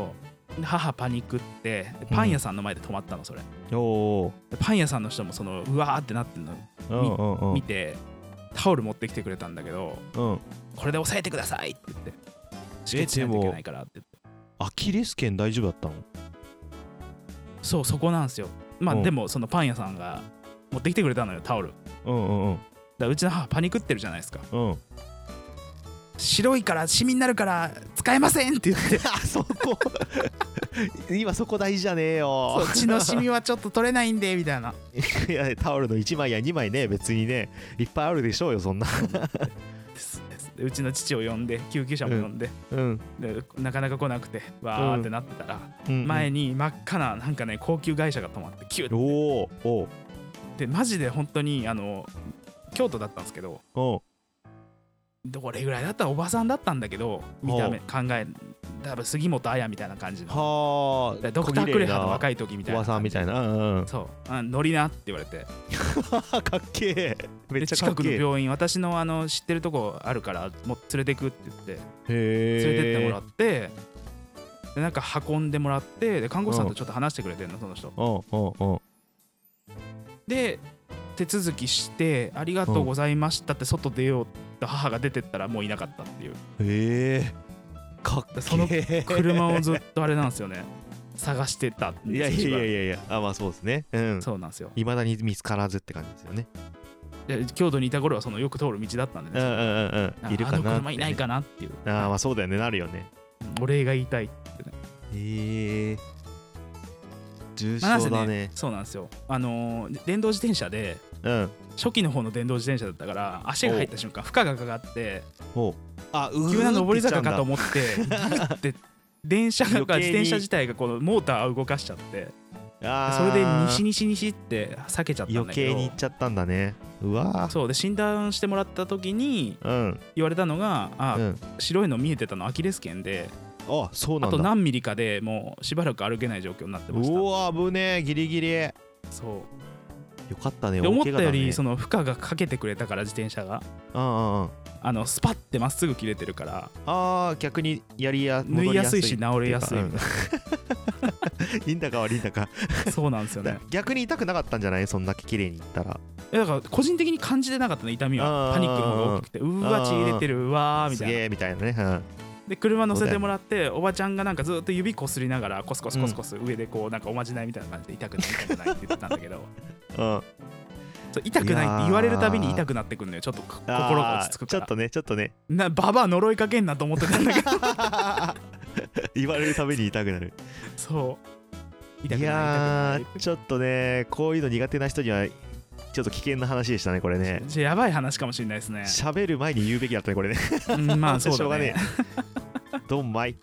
[SPEAKER 2] で母パニックってパン屋さんの前で止まったのそれ、
[SPEAKER 1] おお
[SPEAKER 2] でパン屋さんの人もそのうわーってなってるの
[SPEAKER 1] うんうんうん
[SPEAKER 2] 見て、タオル持ってきてくれたんだけど
[SPEAKER 1] うん
[SPEAKER 2] これで押さえてくださいって言って止
[SPEAKER 1] え
[SPEAKER 2] 血しないとい
[SPEAKER 1] で
[SPEAKER 2] け
[SPEAKER 1] も
[SPEAKER 2] ないからって言って
[SPEAKER 1] アキレス腱大丈夫だったの
[SPEAKER 2] そうそこなんですよまあ、
[SPEAKER 1] うん
[SPEAKER 2] でもそのパン屋さんが持ってきてくれたのよタオルだか
[SPEAKER 1] うんうんうん
[SPEAKER 2] らうちの母パニックってるじゃないですか
[SPEAKER 1] うん
[SPEAKER 2] 白いからシミになるから使えませんって言って
[SPEAKER 1] あそこ 今そこ大事じゃねえよ
[SPEAKER 2] そう血 のシミはちょっと取れないんでみたいない
[SPEAKER 1] やタオルの1枚や2枚ね別にねいっぱいあるでしょうよそんな
[SPEAKER 2] ですですでうちの父を呼んで救急車も呼んで,、
[SPEAKER 1] うん、
[SPEAKER 2] でなかなか来なくてわーってなってたら、
[SPEAKER 1] うん、
[SPEAKER 2] 前に真っ赤ななんかね高級外車が止まってキュッ
[SPEAKER 1] おおおう
[SPEAKER 2] てマジで本当にあの京都だったんですけど
[SPEAKER 1] お
[SPEAKER 2] どれぐらいだったらおばさんだったんだけど見た目
[SPEAKER 1] ほ
[SPEAKER 2] 考え多分杉本彩みたいな感じ
[SPEAKER 1] う
[SPEAKER 2] の
[SPEAKER 1] はあ
[SPEAKER 2] ドクター・クレハの
[SPEAKER 1] い
[SPEAKER 2] 若い時みたい
[SPEAKER 1] お
[SPEAKER 2] な
[SPEAKER 1] ばさんみたいなうんうん
[SPEAKER 2] そうあ乗りなって言われて
[SPEAKER 1] かっけえめっ
[SPEAKER 2] で
[SPEAKER 1] ちゃか
[SPEAKER 2] 近
[SPEAKER 1] っ
[SPEAKER 2] くの
[SPEAKER 1] けえ
[SPEAKER 2] 病院私のあの知ってるとこあるからもう連れてくって言って連れてって
[SPEAKER 1] へ
[SPEAKER 2] もらってでなんか運んでもらってで看護師さんとちょっと話してくれてるのその人
[SPEAKER 1] おうんうんうん
[SPEAKER 2] で手続きして「ありがとうございました」って外出ようと母が出てったらもういなかったっていう
[SPEAKER 1] へえかっけえ
[SPEAKER 2] その車をずっとあれなんですよね探してたんですよ
[SPEAKER 1] いやい
[SPEAKER 2] しば
[SPEAKER 1] や
[SPEAKER 2] ら
[SPEAKER 1] い
[SPEAKER 2] く
[SPEAKER 1] やいやあまあそうですねうん
[SPEAKER 2] そうなんですよ
[SPEAKER 1] いまだに見つからずって感じですよね
[SPEAKER 2] で京都にいた頃はそのよく通る道だったんで
[SPEAKER 1] うんう
[SPEAKER 2] ね
[SPEAKER 1] んうんう
[SPEAKER 2] な
[SPEAKER 1] んんいるかな
[SPEAKER 2] あの車いない
[SPEAKER 1] か
[SPEAKER 2] かなっていう
[SPEAKER 1] あーまあそうだよねなるよね
[SPEAKER 2] うんお礼が言いたい、
[SPEAKER 1] へえ重
[SPEAKER 2] まあなん
[SPEAKER 1] 症
[SPEAKER 2] せ
[SPEAKER 1] だ
[SPEAKER 2] ね
[SPEAKER 1] ね
[SPEAKER 2] そうなんですよあのー電動自転車で
[SPEAKER 1] うん
[SPEAKER 2] 初期の方の電動自転車だったから足が入った瞬間負荷がかかって
[SPEAKER 1] おうあうー
[SPEAKER 2] 急な上り坂かと
[SPEAKER 1] って
[SPEAKER 2] 思ってギュ ッて電車が
[SPEAKER 1] 余計に
[SPEAKER 2] 自転車自体がこのモーターを動かしちゃって
[SPEAKER 1] 言っちゃうんだ
[SPEAKER 2] それで
[SPEAKER 1] あー
[SPEAKER 2] 西西西って避けちゃったんだ
[SPEAKER 1] 余
[SPEAKER 2] け
[SPEAKER 1] 計
[SPEAKER 2] ど
[SPEAKER 1] に行っちゃったんだねうわー
[SPEAKER 2] そうで診断してもらった時に
[SPEAKER 1] うん
[SPEAKER 2] 言われたのがあ、
[SPEAKER 1] うん
[SPEAKER 2] 白いの見えてたのアキレス腱で
[SPEAKER 1] あそうな
[SPEAKER 2] あ
[SPEAKER 1] ん
[SPEAKER 2] と
[SPEAKER 1] だ
[SPEAKER 2] 何ミリかでもうしばらく歩けない状況になってまし
[SPEAKER 1] う
[SPEAKER 2] た
[SPEAKER 1] わ危ねえギリギリよ
[SPEAKER 2] そ
[SPEAKER 1] かった
[SPEAKER 2] う
[SPEAKER 1] ね
[SPEAKER 2] で思ったよりそ
[SPEAKER 1] の
[SPEAKER 2] の負荷がかけてくれたから自転車が
[SPEAKER 1] うんうんうん
[SPEAKER 2] あのスパッてまっすぐ切れてるから
[SPEAKER 1] あー逆にやりや
[SPEAKER 2] 縫いやすいし
[SPEAKER 1] 戻
[SPEAKER 2] 治れ
[SPEAKER 1] り
[SPEAKER 2] やすいみたい
[SPEAKER 1] うん リンダかはリンダか
[SPEAKER 2] なそうなんですよね
[SPEAKER 1] 逆に痛くなかったんじゃないそんだけ綺麗にいったら
[SPEAKER 2] いやだから個人的に感じてなかったね痛み
[SPEAKER 1] あ
[SPEAKER 2] は
[SPEAKER 1] ー
[SPEAKER 2] パニックの方が大きくてう
[SPEAKER 1] あ
[SPEAKER 2] わ
[SPEAKER 1] ー
[SPEAKER 2] 血入れてるうわーみ
[SPEAKER 1] す
[SPEAKER 2] たいな
[SPEAKER 1] げえみたいなねうん
[SPEAKER 2] で車乗せてもらっておばちゃんがなんかずっと指こすりながらコスコスコスコス上でこうなんかおまじないみたいな感じで痛くない痛くないって言ってたんだけど
[SPEAKER 1] うん
[SPEAKER 2] そう痛くないって言われるたびに痛くなってくるのよちょっとこ心が落ち
[SPEAKER 1] あ
[SPEAKER 2] 着くか
[SPEAKER 1] ーちょっ
[SPEAKER 2] ら
[SPEAKER 1] とねちょっとね
[SPEAKER 2] なババア呪いかけんなと思ってたん だけど
[SPEAKER 1] 言われるたびに痛くなる
[SPEAKER 2] そう痛
[SPEAKER 1] い
[SPEAKER 2] く
[SPEAKER 1] や
[SPEAKER 2] ない痛くな
[SPEAKER 1] ー
[SPEAKER 2] い
[SPEAKER 1] ちょっとねこういうの苦手な人にはちょっと危険な話でしたねこれね
[SPEAKER 2] じゃあやばい話かもしれない ですね
[SPEAKER 1] 喋る前に言うべきだったねこれね
[SPEAKER 2] うんまあそう
[SPEAKER 1] しょう
[SPEAKER 2] だ
[SPEAKER 1] がね
[SPEAKER 2] ね
[SPEAKER 1] え どんまい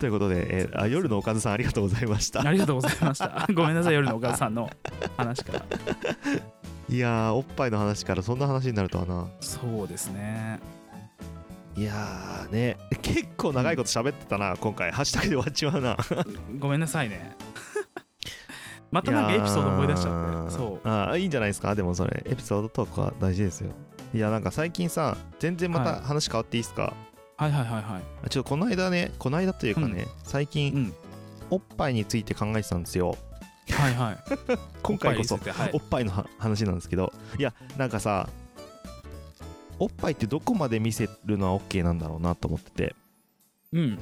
[SPEAKER 1] ということで、えーあ夜のおかずさんありがとうございました
[SPEAKER 2] ありがとうございました ごめんなさい夜のお母さんの話から
[SPEAKER 1] いやーおっぱいの話からそんな話になるとはな
[SPEAKER 2] そうですね
[SPEAKER 1] いやーね結構長いこと喋ってたな、今回ハッシュタグで終わっちまうな
[SPEAKER 2] ごめんなさいね またなんかエピソード思い出しちゃってそう
[SPEAKER 1] あーいいんじゃないですかでもそれエピソードとか大事ですよいやなんか最近さ全然ま
[SPEAKER 2] は
[SPEAKER 1] た
[SPEAKER 2] い
[SPEAKER 1] 話変わっていいですか、
[SPEAKER 2] うはいはいはいはい
[SPEAKER 1] あちょっとこの間ねこの間というかね、最近
[SPEAKER 2] うん
[SPEAKER 1] おっぱいについて考えてたんですよ
[SPEAKER 2] はいはい
[SPEAKER 1] 今回こそ
[SPEAKER 2] おっぱいについてはい
[SPEAKER 1] おっぱいのは話なんですけどいやなんかさおっぱいってどこまで見せるのは OK なんだろうなと思ってて
[SPEAKER 2] うん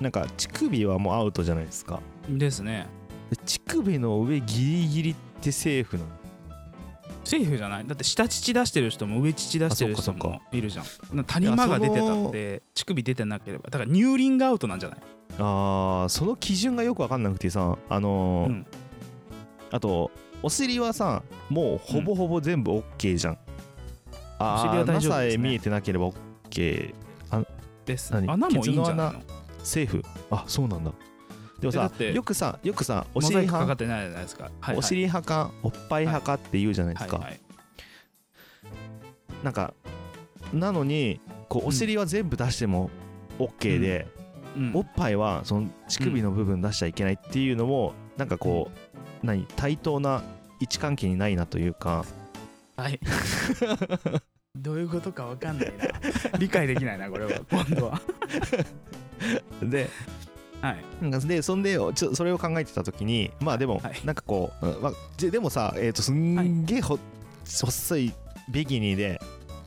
[SPEAKER 1] なんか乳首はもうアウトじゃないですか
[SPEAKER 2] ですね
[SPEAKER 1] で乳首の上ギリギリってセーフなの
[SPEAKER 2] セーフじゃないだって下乳出してる人も上乳出してる人
[SPEAKER 1] あそっかそっ
[SPEAKER 2] もいるじゃんな谷間が出てたって乳首出てなければだから乳輪がアウトなんじゃない
[SPEAKER 1] あーその基準がよく分かんなくてさあのー
[SPEAKER 2] うん
[SPEAKER 1] あとお尻はさもうほぼほぼ全部 OK じゃん、あ
[SPEAKER 2] お尻は
[SPEAKER 1] あ
[SPEAKER 2] 大丈夫
[SPEAKER 1] さ
[SPEAKER 2] ですね
[SPEAKER 1] え見えてなければ OK
[SPEAKER 2] です
[SPEAKER 1] 何
[SPEAKER 2] 穴もいいんじゃない
[SPEAKER 1] ケツ
[SPEAKER 2] の
[SPEAKER 1] セーフあそうなんだでも
[SPEAKER 2] えだ
[SPEAKER 1] さ
[SPEAKER 2] って
[SPEAKER 1] よくさよくさお
[SPEAKER 2] モ
[SPEAKER 1] 尻
[SPEAKER 2] ザイク
[SPEAKER 1] 派
[SPEAKER 2] かかってないじゃないですか、はいはい
[SPEAKER 1] お尻派かおっぱい派かって言うじゃないで
[SPEAKER 2] は
[SPEAKER 1] す
[SPEAKER 2] い
[SPEAKER 1] か、
[SPEAKER 2] はい
[SPEAKER 1] なんかなのにこうお尻は全部出しても OK で、
[SPEAKER 2] うん
[SPEAKER 1] おっぱいはその乳首の部分出しちゃいけないっていうのも、なんかこう何対等な位置関係にないなというか
[SPEAKER 2] はいどういうことかわかんないな理解できないな これは今度は
[SPEAKER 1] で
[SPEAKER 2] はい
[SPEAKER 1] なんかでそんでおちょそれを考えてた時にまあでも、
[SPEAKER 2] はい
[SPEAKER 1] なんかこう、うんまあ、ででもさ、えー、とすんげえほ、細いビキニで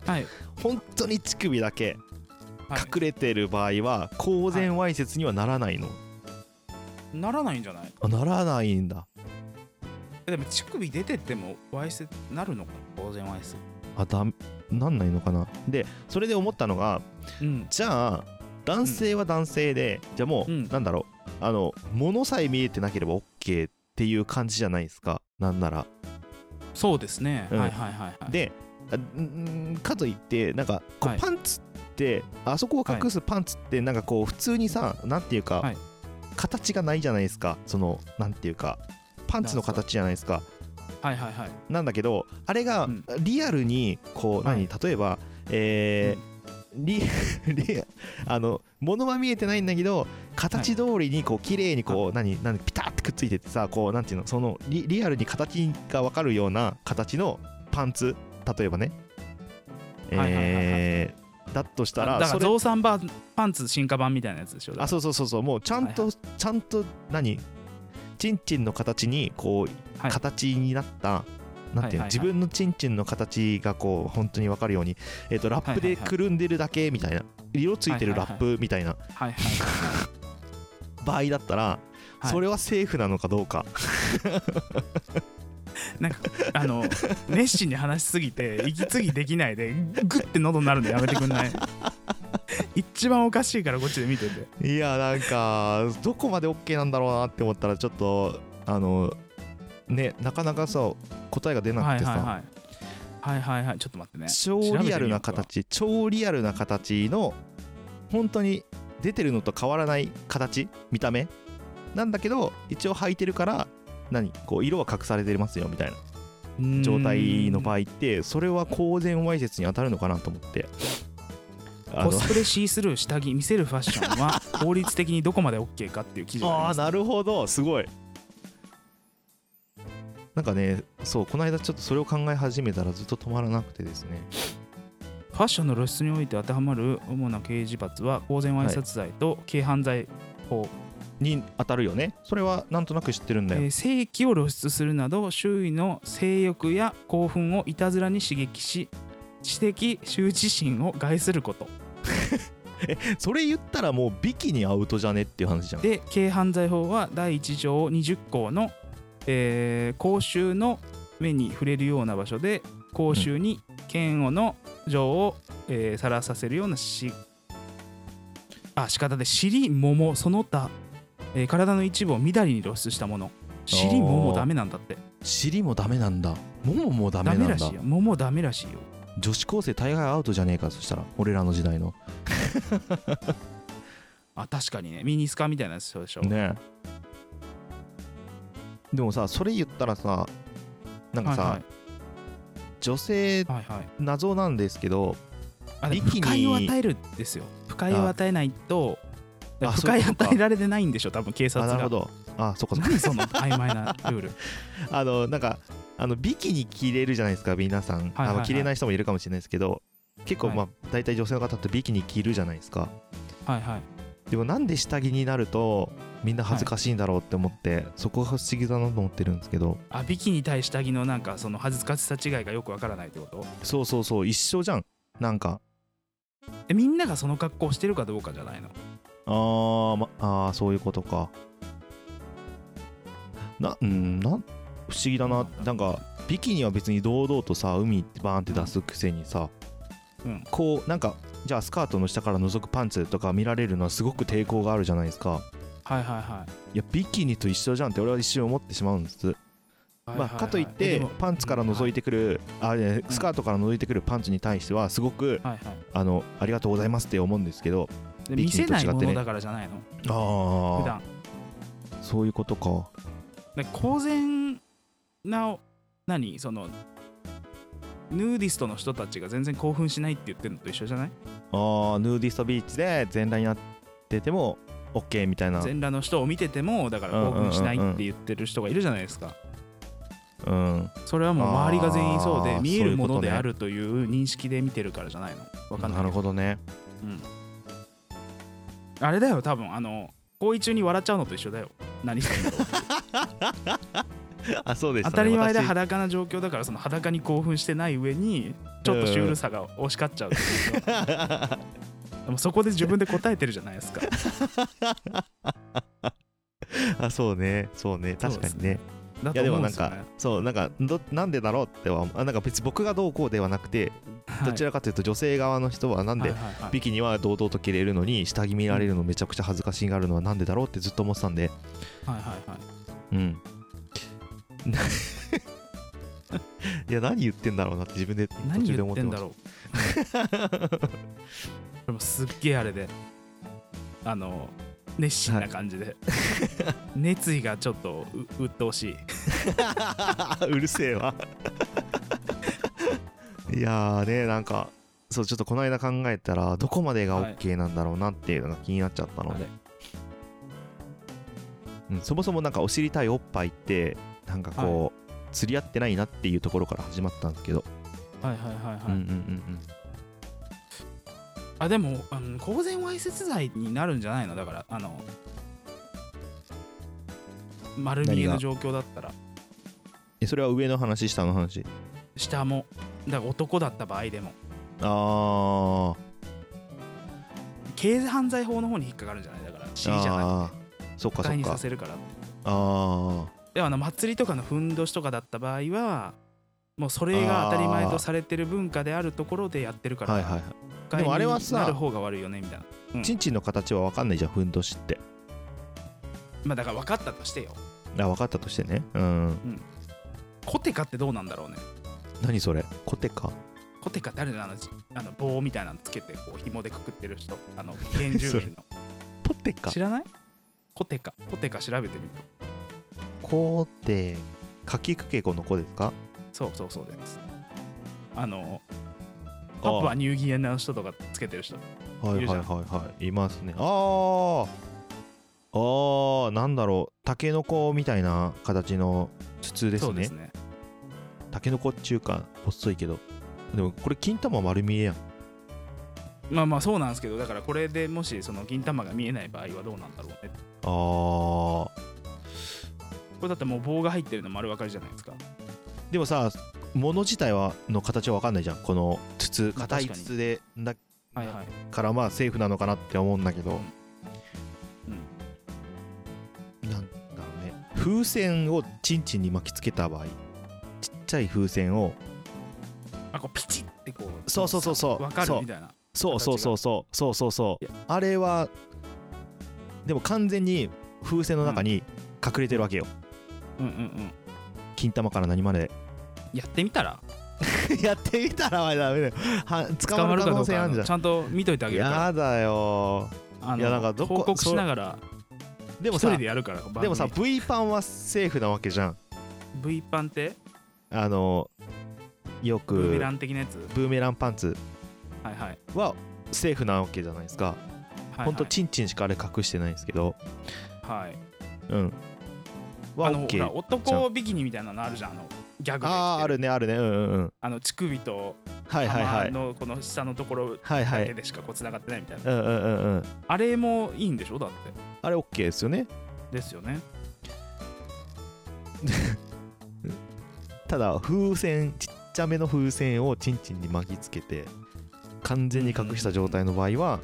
[SPEAKER 2] はい
[SPEAKER 1] 本当に乳首だけ
[SPEAKER 2] はい
[SPEAKER 1] 隠れてる場合は公然わいせつにはならないの、
[SPEAKER 2] ならないんじゃない
[SPEAKER 1] あならないんだ
[SPEAKER 2] えでも乳首出てってもわいせなるのかな当然わいせ
[SPEAKER 1] あだなんないのかなでそれで思ったのが
[SPEAKER 2] うん
[SPEAKER 1] じゃあ男性は男性で、じゃあもう、
[SPEAKER 2] うん
[SPEAKER 1] なんだろうあの物さえ見えてなければ OK っていう感じじゃないですかなんなら。
[SPEAKER 2] そうですね、
[SPEAKER 1] うん
[SPEAKER 2] はいはいはいはい
[SPEAKER 1] であんかといってなんかこ
[SPEAKER 2] は
[SPEAKER 1] う
[SPEAKER 2] い
[SPEAKER 1] パンツって、あそこを隠すパンツってなんかこう普通にさなんていうか、
[SPEAKER 2] はい
[SPEAKER 1] 形がないじゃないですかそのなんていうかパンツの形じゃないですか。
[SPEAKER 2] はいはいはい
[SPEAKER 1] なんだけどあれが
[SPEAKER 2] うん
[SPEAKER 1] リアルにこう、
[SPEAKER 2] はい
[SPEAKER 1] 何例えばえーリ リあの物は見えてないんだけど形通りにこう綺麗にこう何何ピタってくっついててさこうなんていうのそのリリアルに形が分かるような形のパンツ例えばね
[SPEAKER 2] はいはいはいはい
[SPEAKER 1] えーだとした
[SPEAKER 2] あ
[SPEAKER 1] ら
[SPEAKER 2] だか
[SPEAKER 1] そ
[SPEAKER 2] ら
[SPEAKER 1] れ
[SPEAKER 2] ゾウさんパンパンツ進化版みたいなやつでしょ
[SPEAKER 1] あそうそうそうそうもうちゃんと、
[SPEAKER 2] は
[SPEAKER 1] ちゃんと何ちんちんの形にこう
[SPEAKER 2] はい
[SPEAKER 1] 形になった、なんていうの
[SPEAKER 2] はいはいはい
[SPEAKER 1] 自分のちんちんの形がこう本当に分かるように、えっとラップ
[SPEAKER 2] は
[SPEAKER 1] で
[SPEAKER 2] いはいはい
[SPEAKER 1] くるんでるだけみたいな、色ついてるラップみたいな
[SPEAKER 2] はいはい
[SPEAKER 1] 場合だったら、
[SPEAKER 2] はい
[SPEAKER 1] それはセーフなのかどうか、
[SPEAKER 2] なんかあの熱心に話しすぎて息継ぎできないでグッて喉になるのやめてく んない一番おかしいからこっちで見てて
[SPEAKER 1] い、やなんかどこまで OK なんだろうなって思ったらちょっとあのねなかなかさ答えが出な
[SPEAKER 2] は
[SPEAKER 1] く
[SPEAKER 2] い
[SPEAKER 1] てさ、
[SPEAKER 2] はいはいはいはいはいちょっと待ってね
[SPEAKER 1] 超リアルな形超リアルな形の本当に出てるのと変わらない形見た目なんだけど一応履いてるから何こう色は隠されてますよみたいな状態の場
[SPEAKER 2] 合
[SPEAKER 1] 合ってそれは公然わいせつに当たるのかなと思ってあの
[SPEAKER 2] コスプレシースルー下着見せるファッショ ンは法律的にどこまで OK かっていう記事
[SPEAKER 1] あ
[SPEAKER 2] があ
[SPEAKER 1] あ
[SPEAKER 2] ります
[SPEAKER 1] なるほどすごいなんかねそうこの間ちょっとそれを考え始めたらずっと止まらなくてですね
[SPEAKER 2] ファッションの露出において当てはまる主な刑事罰は公然わいせつ罪と軽犯罪法、
[SPEAKER 1] に当たるよねそれはなんとなく知ってるんだよ
[SPEAKER 2] えー性器を露出するなど周囲の性欲や興奮をいたずらに刺激し知的羞恥心を害すること
[SPEAKER 1] それ言ったらもうビキニアウトじゃねっていう話じゃん
[SPEAKER 2] で軽犯罪法は第1条20項の、えー公衆の目に触れるような場所で公衆に嫌悪の情をさら、えー晒させるようなしあ仕方で尻桃その他、えー体の一部をみだりに露出したもの尻桃ダメなんだって
[SPEAKER 1] 尻もダメなんだもももダメ
[SPEAKER 2] ダメ
[SPEAKER 1] なん
[SPEAKER 2] ら
[SPEAKER 1] だ
[SPEAKER 2] しいよ桃ダメらしいよ
[SPEAKER 1] 女子高生大概アウトじゃねえかそしたら俺らの時代の
[SPEAKER 2] あ確かにねミニスカみたいなやつそうでしょ、
[SPEAKER 1] ねでもさそれ言ったらさなんか
[SPEAKER 2] はい
[SPEAKER 1] さ、
[SPEAKER 2] は
[SPEAKER 1] 女性
[SPEAKER 2] いはいはい
[SPEAKER 1] 謎なんですけど
[SPEAKER 2] あでも
[SPEAKER 1] ビキ
[SPEAKER 2] 不
[SPEAKER 1] ニ
[SPEAKER 2] 快を与えるんですよ不快を与えないと
[SPEAKER 1] あ
[SPEAKER 2] 不
[SPEAKER 1] そうい
[SPEAKER 2] 快
[SPEAKER 1] うことか
[SPEAKER 2] 与えられてないんでしょ多分警
[SPEAKER 1] あ
[SPEAKER 2] 察
[SPEAKER 1] なる
[SPEAKER 2] が
[SPEAKER 1] ほどあそっかそっか
[SPEAKER 2] 何その曖昧なルール
[SPEAKER 1] あのなんかあのビキニ着れるじゃないですか皆さん、
[SPEAKER 2] はいはいはい
[SPEAKER 1] あの着れない人もいるかもしれないですけど結構
[SPEAKER 2] はい
[SPEAKER 1] まあ、大体女性の方ってビキニ着るじゃないですか
[SPEAKER 2] はいはい
[SPEAKER 1] でもなんで下着になるとみんな恥ずかしいんだろうって思って、そこが不思議だなと思ってるんですけど
[SPEAKER 2] あビキニ対下着のなんかその恥ずかしさ違いがよくわからないってこと
[SPEAKER 1] そうそうそう一緒じゃんなんか
[SPEAKER 2] えみんながその格好してるかどうかじゃないの
[SPEAKER 1] あー、ま、あーそういうことかなうんなん不思議だななんかビキニは別に堂々とさ海ってバーンって出すくせにさ、
[SPEAKER 2] うん
[SPEAKER 1] こうなんかじゃあスカートの下から覗くパンツとか見られるのはすごく抵抗があるじゃないですか
[SPEAKER 2] はいはいはい
[SPEAKER 1] いやビキニと一緒じゃんって俺は一瞬思ってしまうんです
[SPEAKER 2] はい
[SPEAKER 1] ま
[SPEAKER 2] はい
[SPEAKER 1] あ、
[SPEAKER 2] はい
[SPEAKER 1] かといっ
[SPEAKER 2] えで
[SPEAKER 1] て
[SPEAKER 2] も
[SPEAKER 1] パンツから覗いてくるあいやスカートから覗いてくるパンツに対してはすごく
[SPEAKER 2] はいはい
[SPEAKER 1] あのありがとうございますって思うんですけど
[SPEAKER 2] で
[SPEAKER 1] ビ
[SPEAKER 2] 見
[SPEAKER 1] キニ
[SPEAKER 2] せ
[SPEAKER 1] と違っ
[SPEAKER 2] な
[SPEAKER 1] て
[SPEAKER 2] い
[SPEAKER 1] ね
[SPEAKER 2] ものだからじゃないの、普
[SPEAKER 1] あ
[SPEAKER 2] 段
[SPEAKER 1] あそういうことか
[SPEAKER 2] で公然な何そのヌーディストの人たちが全然興奮しないって言ってるのと一緒じゃない
[SPEAKER 1] あーヌーディストビーチで全裸になってても OK みたいな
[SPEAKER 2] 全裸の人を見ててもだから興奮しないって言ってる人がいるじゃないですか
[SPEAKER 1] うん
[SPEAKER 2] それはもう周りが全員そう
[SPEAKER 1] あ
[SPEAKER 2] で
[SPEAKER 1] ー
[SPEAKER 2] 見えるも
[SPEAKER 1] そう
[SPEAKER 2] の
[SPEAKER 1] いうことね
[SPEAKER 2] であるという認識で見てるからじゃないのわかんない
[SPEAKER 1] なるほど ね
[SPEAKER 2] あれだよ多分あの行為中に笑っちゃうのと一緒だよ何してんだろう
[SPEAKER 1] あそうです、ね、
[SPEAKER 2] 当たり前で
[SPEAKER 1] 私
[SPEAKER 2] 裸な状況だからその裸に興奮してない上にちょっとシュールさが押し勝っちゃうっていうか でもそこで自分で答えてるじゃないですか
[SPEAKER 1] あそうねそうね確かにね
[SPEAKER 2] だ
[SPEAKER 1] いやで
[SPEAKER 2] と思
[SPEAKER 1] も
[SPEAKER 2] う
[SPEAKER 1] なん
[SPEAKER 2] んですよ
[SPEAKER 1] か
[SPEAKER 2] ね
[SPEAKER 1] そうなんかどなんでだろうってはあなんか別に僕がどうこうではなくて
[SPEAKER 2] はい
[SPEAKER 1] どちらかというと女性側の人はなんで
[SPEAKER 2] はいはいはい
[SPEAKER 1] ビキニは堂々と着れるのに下着見られるのめちゃくちゃ恥ずかしがるのはなんでだろうってずっと思ってたんで
[SPEAKER 2] はいはいはい
[SPEAKER 1] うん いや何言ってんだろうなって自分で途
[SPEAKER 2] 何
[SPEAKER 1] 中で
[SPEAKER 2] 言
[SPEAKER 1] 思っ
[SPEAKER 2] っ
[SPEAKER 1] てて
[SPEAKER 2] ん
[SPEAKER 1] ま
[SPEAKER 2] だ
[SPEAKER 1] した
[SPEAKER 2] ろう でもすっげえあれであの熱心な感じで、熱意がちょっとう鬱陶し い
[SPEAKER 1] うるせえわいやーねなんかそうちょっとこの間考えたらどこまで
[SPEAKER 2] は
[SPEAKER 1] が
[SPEAKER 2] い
[SPEAKER 1] OK なんだろうなっていうのが気になっちゃったの
[SPEAKER 2] あ
[SPEAKER 1] で、
[SPEAKER 2] れ
[SPEAKER 1] うん、そもそもなんかお尻対おっぱいってなんかこう、釣り合ってないなっていうところから始まったんですけど、
[SPEAKER 2] はいはいはいはい、
[SPEAKER 1] うんうんうん
[SPEAKER 2] あでも、うん、公然わいせつ罪になるんじゃないのだからあの丸見えの
[SPEAKER 1] 何が
[SPEAKER 2] 状況だったら
[SPEAKER 1] えそれは上の話下の話
[SPEAKER 2] 下もだから男だった場合でも
[SPEAKER 1] ああ
[SPEAKER 2] 軽犯罪法の方に引っかかるんじゃないだから尻じゃな
[SPEAKER 1] あーそっか
[SPEAKER 2] く
[SPEAKER 1] そ
[SPEAKER 2] て不
[SPEAKER 1] っ
[SPEAKER 2] に
[SPEAKER 1] か
[SPEAKER 2] させるからって
[SPEAKER 1] あ
[SPEAKER 2] でもあの祭りとかのふんどしとかだった場合はもうそれが当たり前とされてる文化であるところでやってるか
[SPEAKER 1] あ
[SPEAKER 2] ら、
[SPEAKER 1] はいはいはい
[SPEAKER 2] 不快に
[SPEAKER 1] でもあれはさ
[SPEAKER 2] なる方が悪いよねみたいな、うん
[SPEAKER 1] ちんちんの形は分かんないじゃんふんどしって
[SPEAKER 2] まあ、だから分かったとしてよ
[SPEAKER 1] あ分かったとしてねうん
[SPEAKER 2] コテカってどうなんだろうね
[SPEAKER 1] 何それコテか
[SPEAKER 2] コテカってあるじゃんあのあの棒みたいなのつけてこう紐でくくってる人あの 原住民
[SPEAKER 1] ポテか
[SPEAKER 2] の知らないコテカコテカ調べてみる
[SPEAKER 1] コテかきくけこの子ですか
[SPEAKER 2] そうそうそうですあの
[SPEAKER 1] あ
[SPEAKER 2] パプ
[SPEAKER 1] は
[SPEAKER 2] ア
[SPEAKER 1] い
[SPEAKER 2] ニューギニアの人とかつけてる人
[SPEAKER 1] はい
[SPEAKER 2] い
[SPEAKER 1] はい
[SPEAKER 2] るじゃん
[SPEAKER 1] はいいますねあああーなんだろうタケノコみたいな形の筒で
[SPEAKER 2] そ
[SPEAKER 1] す
[SPEAKER 2] うで
[SPEAKER 1] ね
[SPEAKER 2] すね
[SPEAKER 1] タケノコっちゅうか細いけどでもこれ金玉丸見えやん
[SPEAKER 2] まあまあそうなんですけどだからこれでもしその銀玉が見えない場合はどうなんだろうね
[SPEAKER 1] あー
[SPEAKER 2] これだってもう棒が入ってるの丸分かりじゃないですか
[SPEAKER 1] でもさ物自体はの形は分かんないじゃんこの筒
[SPEAKER 2] まあ
[SPEAKER 1] 硬い
[SPEAKER 2] 確かに
[SPEAKER 1] 筒でだ
[SPEAKER 2] はいはい
[SPEAKER 1] からまあセーフなのかなって思うんだけど、なんだろうね風船をチンチンに巻きつけた場合ちっちゃい風船を
[SPEAKER 2] あこうピチってこう
[SPEAKER 1] そうそうそうそう
[SPEAKER 2] 分かる
[SPEAKER 1] そう
[SPEAKER 2] みたいな
[SPEAKER 1] そうそうそうそうそうそうそう
[SPEAKER 2] いや
[SPEAKER 1] あれはでも完全に風船の中に隠れてるわけよ、
[SPEAKER 2] うんうんうん
[SPEAKER 1] 金玉から何まで
[SPEAKER 2] やってみたら
[SPEAKER 1] やってみたらまあダメだよは捕まる可
[SPEAKER 2] ど
[SPEAKER 1] 能
[SPEAKER 2] う
[SPEAKER 1] 性あ
[SPEAKER 2] か
[SPEAKER 1] るじゃ
[SPEAKER 2] ちゃんと見といてあ
[SPEAKER 1] ん
[SPEAKER 2] げるから
[SPEAKER 1] やだよ
[SPEAKER 2] あの
[SPEAKER 1] いやなんかどこ
[SPEAKER 2] 報告しながら
[SPEAKER 1] で
[SPEAKER 2] 一
[SPEAKER 1] もさ
[SPEAKER 2] 人でやるから
[SPEAKER 1] でもさ
[SPEAKER 2] 番
[SPEAKER 1] V パンはセーフなわけじゃん
[SPEAKER 2] 組 V パンって
[SPEAKER 1] あのよく
[SPEAKER 2] ブーメラン的なやつ
[SPEAKER 1] ブーメランパンツ
[SPEAKER 2] はいはい
[SPEAKER 1] はセーフなわけじゃないですか
[SPEAKER 2] はい
[SPEAKER 1] ほんとチンチンしかあれ隠してないんですけど
[SPEAKER 2] はいはい
[SPEAKER 1] うんは
[SPEAKER 2] あのほ
[SPEAKER 1] OK
[SPEAKER 2] ら
[SPEAKER 1] あ
[SPEAKER 2] 男ビキニみたいなのあるじゃんあのギャグで着て
[SPEAKER 1] あーあるねあるねうんうんうん
[SPEAKER 2] あの乳首と
[SPEAKER 1] はいはいはい
[SPEAKER 2] 玉のこの下のところ
[SPEAKER 1] はいは
[SPEAKER 2] だけ
[SPEAKER 1] い
[SPEAKER 2] でしかこう繋がってないみたいな、
[SPEAKER 1] うんうんうんうん
[SPEAKER 2] あれもいいんでしょだって
[SPEAKER 1] あれ OK ですよね
[SPEAKER 2] ですよね
[SPEAKER 1] ただ風船ちっちゃめの風船をチンチンに巻きつけて完全に隠した状態の場合は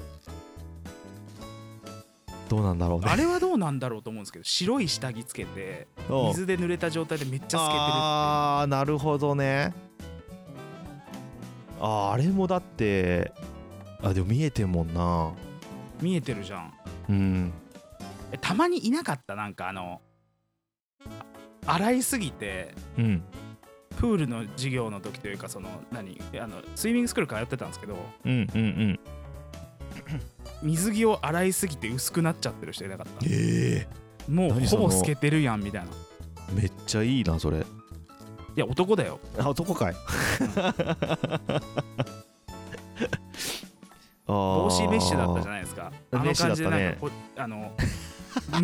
[SPEAKER 1] どうなんだろうね
[SPEAKER 2] あれはどうなんだろうと思うんですけど白い下着つけて
[SPEAKER 1] うん
[SPEAKER 2] 水で濡れた状態でめっちゃ
[SPEAKER 1] ああなるほどねあーあれもだってあでも見えてんもんな
[SPEAKER 2] 透けてる見えてるじゃん
[SPEAKER 1] うん
[SPEAKER 2] えたまにいなかったなんかあのあ洗いすぎて
[SPEAKER 1] うん
[SPEAKER 2] プールの授業の時というかその何あのスイミングスクール通ってたんですけど
[SPEAKER 1] うんうんうん
[SPEAKER 2] 水着を洗いすぎて薄くなっちゃってる人いなかった
[SPEAKER 1] ええ
[SPEAKER 2] もう
[SPEAKER 1] 何
[SPEAKER 2] ほ
[SPEAKER 1] その
[SPEAKER 2] ぼ透けてるやんみたいない
[SPEAKER 1] めっちゃいいなそれ
[SPEAKER 2] や男だよ
[SPEAKER 1] あ男 かい帽
[SPEAKER 2] 帽子メッシュだったじゃないですかあ
[SPEAKER 1] メ
[SPEAKER 2] の
[SPEAKER 1] ッシュ
[SPEAKER 2] 感じでなん
[SPEAKER 1] だっ
[SPEAKER 2] か
[SPEAKER 1] た
[SPEAKER 2] こあの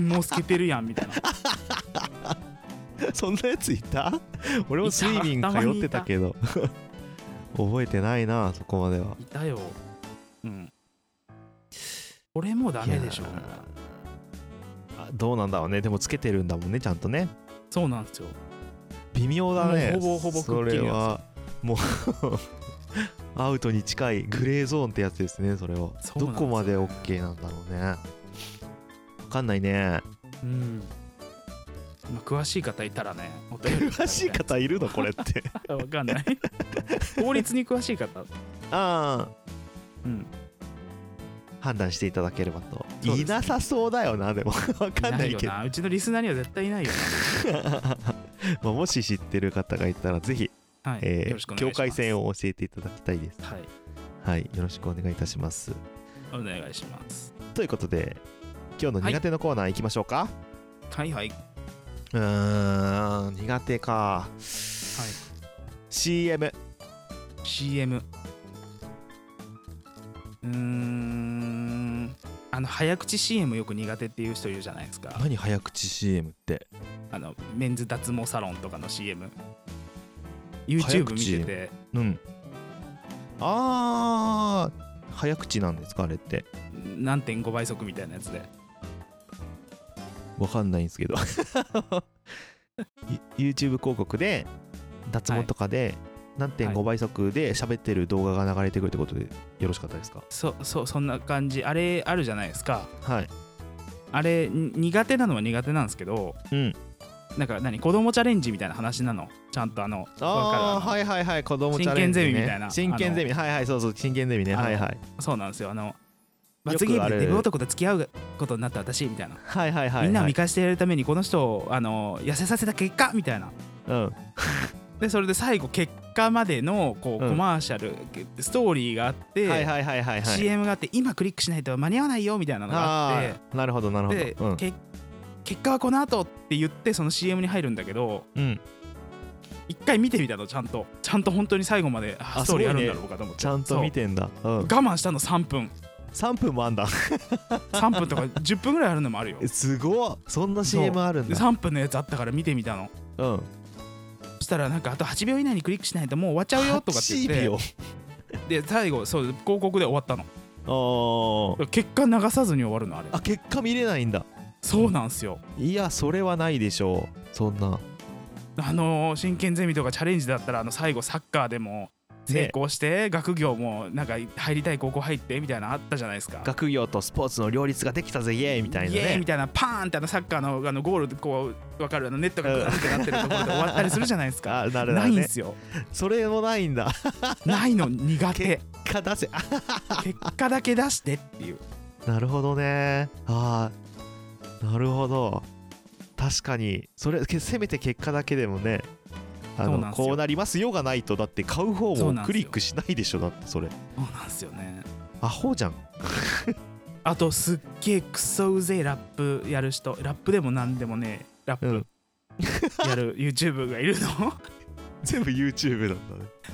[SPEAKER 2] もう透けてるやんみたいな
[SPEAKER 1] そんなやつい た俺も
[SPEAKER 2] いた
[SPEAKER 1] スイミング通ってたけど 覚えてないなそこまではい
[SPEAKER 2] たようんこれもダメでしょ
[SPEAKER 1] いやあどうなんだろうねでもつけてるんだもんねちゃんとね
[SPEAKER 2] そうなんですよ
[SPEAKER 1] 微妙だね
[SPEAKER 2] もうほぼほぼ
[SPEAKER 1] そ
[SPEAKER 2] くっきり
[SPEAKER 1] れ
[SPEAKER 2] なんですよ
[SPEAKER 1] はもう アウトに近いグレーゾーンってやつですねそれは
[SPEAKER 2] そ
[SPEAKER 1] ど
[SPEAKER 2] うなんですよ
[SPEAKER 1] こまで OK なんだろうねわかんないね
[SPEAKER 2] うん、まあ、詳しい方いたらねお便り
[SPEAKER 1] 詳しい方いるのこれって
[SPEAKER 2] わかんない法律に詳しい方
[SPEAKER 1] あ
[SPEAKER 2] うん
[SPEAKER 1] あ判断していただければと、
[SPEAKER 2] そうですね
[SPEAKER 1] いなさそうだよなでもわかんないい
[SPEAKER 2] よ
[SPEAKER 1] けど
[SPEAKER 2] なうちのリスナーには絶対いないよ
[SPEAKER 1] まあもし知ってる方がいたらぜひ、
[SPEAKER 2] な、はい
[SPEAKER 1] え
[SPEAKER 2] よろしく
[SPEAKER 1] ー、境
[SPEAKER 2] お願いします
[SPEAKER 1] 界線を教えていただきたいです
[SPEAKER 2] はい
[SPEAKER 1] はいよろしくお願いいたします
[SPEAKER 2] お願いします
[SPEAKER 1] ということで今日の苦手のコーナー行きましょうか、
[SPEAKER 2] はいはいう
[SPEAKER 1] ーん苦手か CM
[SPEAKER 2] CM うーんあの早口 CM よく苦手っていう人いるじゃないですか
[SPEAKER 1] 何早口 CM って
[SPEAKER 2] あのメンズ脱毛サロンとかの CM
[SPEAKER 1] 早
[SPEAKER 2] YouTube 見
[SPEAKER 1] 口
[SPEAKER 2] てて
[SPEAKER 1] うんあー早口なんですかあれって
[SPEAKER 2] 何5倍速みたいなやつで
[SPEAKER 1] わかんないんですけど ゆ YouTube 広告で脱毛とかで
[SPEAKER 2] は
[SPEAKER 1] 何.5倍速で喋ってる動画が流れてくるってことでよろしかったですか
[SPEAKER 2] そそそんな感じあれあるじゃないですか
[SPEAKER 1] はい
[SPEAKER 2] あれに苦手なのは苦手なんですけど
[SPEAKER 1] うん
[SPEAKER 2] なんか何子供チャレンジみたいな話なのちゃんとあのわ
[SPEAKER 1] あー
[SPEAKER 2] かるあの
[SPEAKER 1] はいはいはい子供チャレンジ、ね、
[SPEAKER 2] 真剣ゼミみたいな
[SPEAKER 1] 真剣ゼミはいはいそうそう真剣ゼミね
[SPEAKER 2] あの
[SPEAKER 1] はいはい
[SPEAKER 2] そうなんですよあの
[SPEAKER 1] よ
[SPEAKER 2] 罰
[SPEAKER 1] く
[SPEAKER 2] ゲー
[SPEAKER 1] あ
[SPEAKER 2] ム
[SPEAKER 1] る
[SPEAKER 2] でデブ男と付き合うことになった私みたいな、
[SPEAKER 1] はいはいはい
[SPEAKER 2] みんなを
[SPEAKER 1] は
[SPEAKER 2] 見
[SPEAKER 1] い
[SPEAKER 2] 返してやるためにこの人をあの痩せさせた結果みたいな
[SPEAKER 1] うん
[SPEAKER 2] でそれで最後結果までのこう、
[SPEAKER 1] うん
[SPEAKER 2] コマーシャルストーリーがあって、
[SPEAKER 1] はいはいはいはいはい
[SPEAKER 2] CM があって今クリックしないと間に合わないよみたいなのがあって
[SPEAKER 1] あーなるほどなるほど
[SPEAKER 2] で、け結果はこの後って言ってその CM に入るんだけど
[SPEAKER 1] うん、うん、
[SPEAKER 2] 一回見てみたのちゃんとちゃんと本当に最後まであ
[SPEAKER 1] あ
[SPEAKER 2] ストーリーあ
[SPEAKER 1] すごい
[SPEAKER 2] る
[SPEAKER 1] ね
[SPEAKER 2] んだろうかと思って
[SPEAKER 1] ちゃんと見
[SPEAKER 2] て
[SPEAKER 1] てんだ、う
[SPEAKER 2] 我
[SPEAKER 1] ん、
[SPEAKER 2] 慢したの3分
[SPEAKER 1] 3分もあんだ
[SPEAKER 2] 3分とか10分ぐらいあるのもあ るよ
[SPEAKER 1] えすごっそんな
[SPEAKER 2] そう
[SPEAKER 1] CM あるん
[SPEAKER 2] で
[SPEAKER 1] だ
[SPEAKER 2] 3分のやつあったから見てみたの
[SPEAKER 1] うん
[SPEAKER 2] そしたらなんかあと8秒以内にクリックしないともう終わっちゃうよとかって言
[SPEAKER 1] 8
[SPEAKER 2] っ
[SPEAKER 1] 秒
[SPEAKER 2] てで最後そう広告で終わったの
[SPEAKER 1] あー
[SPEAKER 2] 結果流さずに終わるのあれ
[SPEAKER 1] あ結果見れないんだ
[SPEAKER 2] そうなんすよ
[SPEAKER 1] いやそれはないでしょうそんな
[SPEAKER 2] あのー真剣ゼミとかチャレンジだったらあの最後サッカーでも成功して学業もなんか入りたい高校入ってみたいなのあったじゃないですか
[SPEAKER 1] 学業とスポーツの両立ができたぜイエーイみたいな
[SPEAKER 2] イエーイ
[SPEAKER 1] ね
[SPEAKER 2] みたいなパーンってあのサッカーのあのゴールでこう分かるあのネットがグランってなってるところで終わったりするじゃないですか。
[SPEAKER 1] あなるほ
[SPEAKER 2] な
[SPEAKER 1] ど
[SPEAKER 2] いんで
[SPEAKER 1] ね
[SPEAKER 2] すよ。
[SPEAKER 1] それもないんだ
[SPEAKER 2] ないの苦手。
[SPEAKER 1] 結果出せあ
[SPEAKER 2] 結果だけ出してっていう。
[SPEAKER 1] なるほどねあーなるほど確かにそれけせめて結果だけでもねあ
[SPEAKER 2] そうなん
[SPEAKER 1] の
[SPEAKER 2] すよ
[SPEAKER 1] こうなりますよがないとだって買う方
[SPEAKER 2] そう
[SPEAKER 1] も
[SPEAKER 2] なんすよ
[SPEAKER 1] クリックしないでしょだってそれ
[SPEAKER 2] そうなんですよね。
[SPEAKER 1] アホじゃん
[SPEAKER 2] あとすっげえクソうぜえラップやる人ラップでもなんでもねラッ
[SPEAKER 1] う
[SPEAKER 2] プ
[SPEAKER 1] ん
[SPEAKER 2] やる YouTube がいるの
[SPEAKER 1] 全部 YouTube なんだね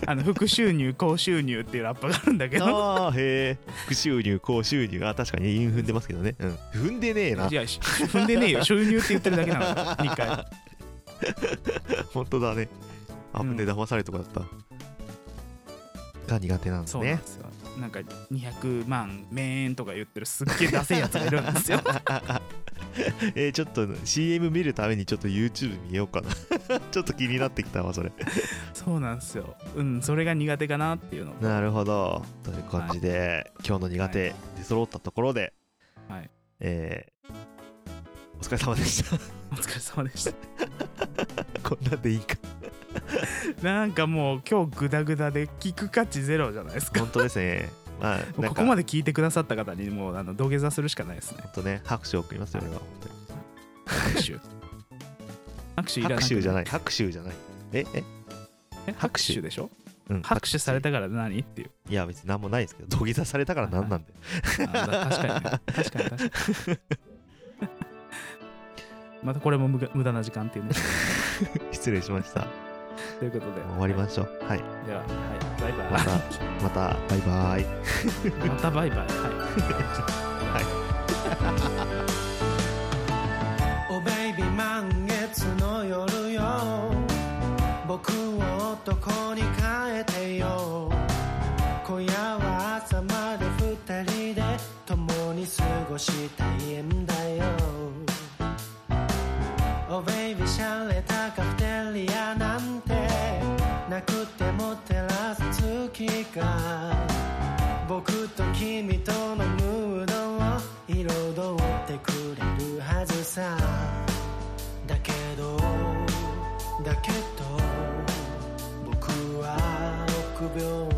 [SPEAKER 2] あの副収入高収入っていうラップが あるんだけど
[SPEAKER 1] ああへえ副収入高収入あ確かに韻踏んでますけどね、うん、踏んでねえない
[SPEAKER 2] やし踏んでねえ よ収入って言ってるだけなの2回
[SPEAKER 1] 本当だね危
[SPEAKER 2] ん
[SPEAKER 1] ねえ騙されるとこだった、が苦手なんです
[SPEAKER 2] そうなん
[SPEAKER 1] ね
[SPEAKER 2] で。すよ、なんか200万メーンとか言ってるすっげえダセいやつがいるん ですよ
[SPEAKER 1] えーちょっと CM 見るためにちょっと YouTube 見ようかな。 ちょっと気になってきたわ、それ。
[SPEAKER 2] そうなんですようんそれが苦手かなっていうの
[SPEAKER 1] なるほど。という感じで、今日の苦手出揃ったところで、
[SPEAKER 2] はい
[SPEAKER 1] えーお疲れ様でした。
[SPEAKER 2] お疲れ様でした
[SPEAKER 1] こんなんでいい か。
[SPEAKER 2] なんかもう今日グダグダで聞く価値ゼロじゃないですか
[SPEAKER 1] 本当ですね。まあ、なんか
[SPEAKER 2] ここまで聞いてくださった方にもうあの土下座するしかないです ね
[SPEAKER 1] ほんとね、拍手を送りますよ、俺は。本当に
[SPEAKER 2] 拍手拍手いらな
[SPEAKER 1] 拍手じゃないい、拍手じゃない。え、え、
[SPEAKER 2] 拍手でしょ
[SPEAKER 1] うん、
[SPEAKER 2] 拍手されたから何っていう
[SPEAKER 1] いや、別に何もないですけど、土下座されたから何なんで。
[SPEAKER 2] あ確かに、ね、確かに確かにまたこれも無駄無駄な時間っていうね
[SPEAKER 1] 失礼しました。
[SPEAKER 2] ということ で
[SPEAKER 1] 終わりましょう。はい。
[SPEAKER 2] では、はい、バイ
[SPEAKER 1] ま
[SPEAKER 2] バイ
[SPEAKER 1] た、また、バイバイ。
[SPEAKER 2] またバイバイ。はい。
[SPEAKER 3] Oh baby 満月の夜よ僕を男に変えてよ今夜は朝まで二人で共に過ごしたいんだよ Oh baby シャレたカフェテリアなんてなくても照らす月が僕と君とのムードを彩ってくれるはずさだけどだけど僕は臆病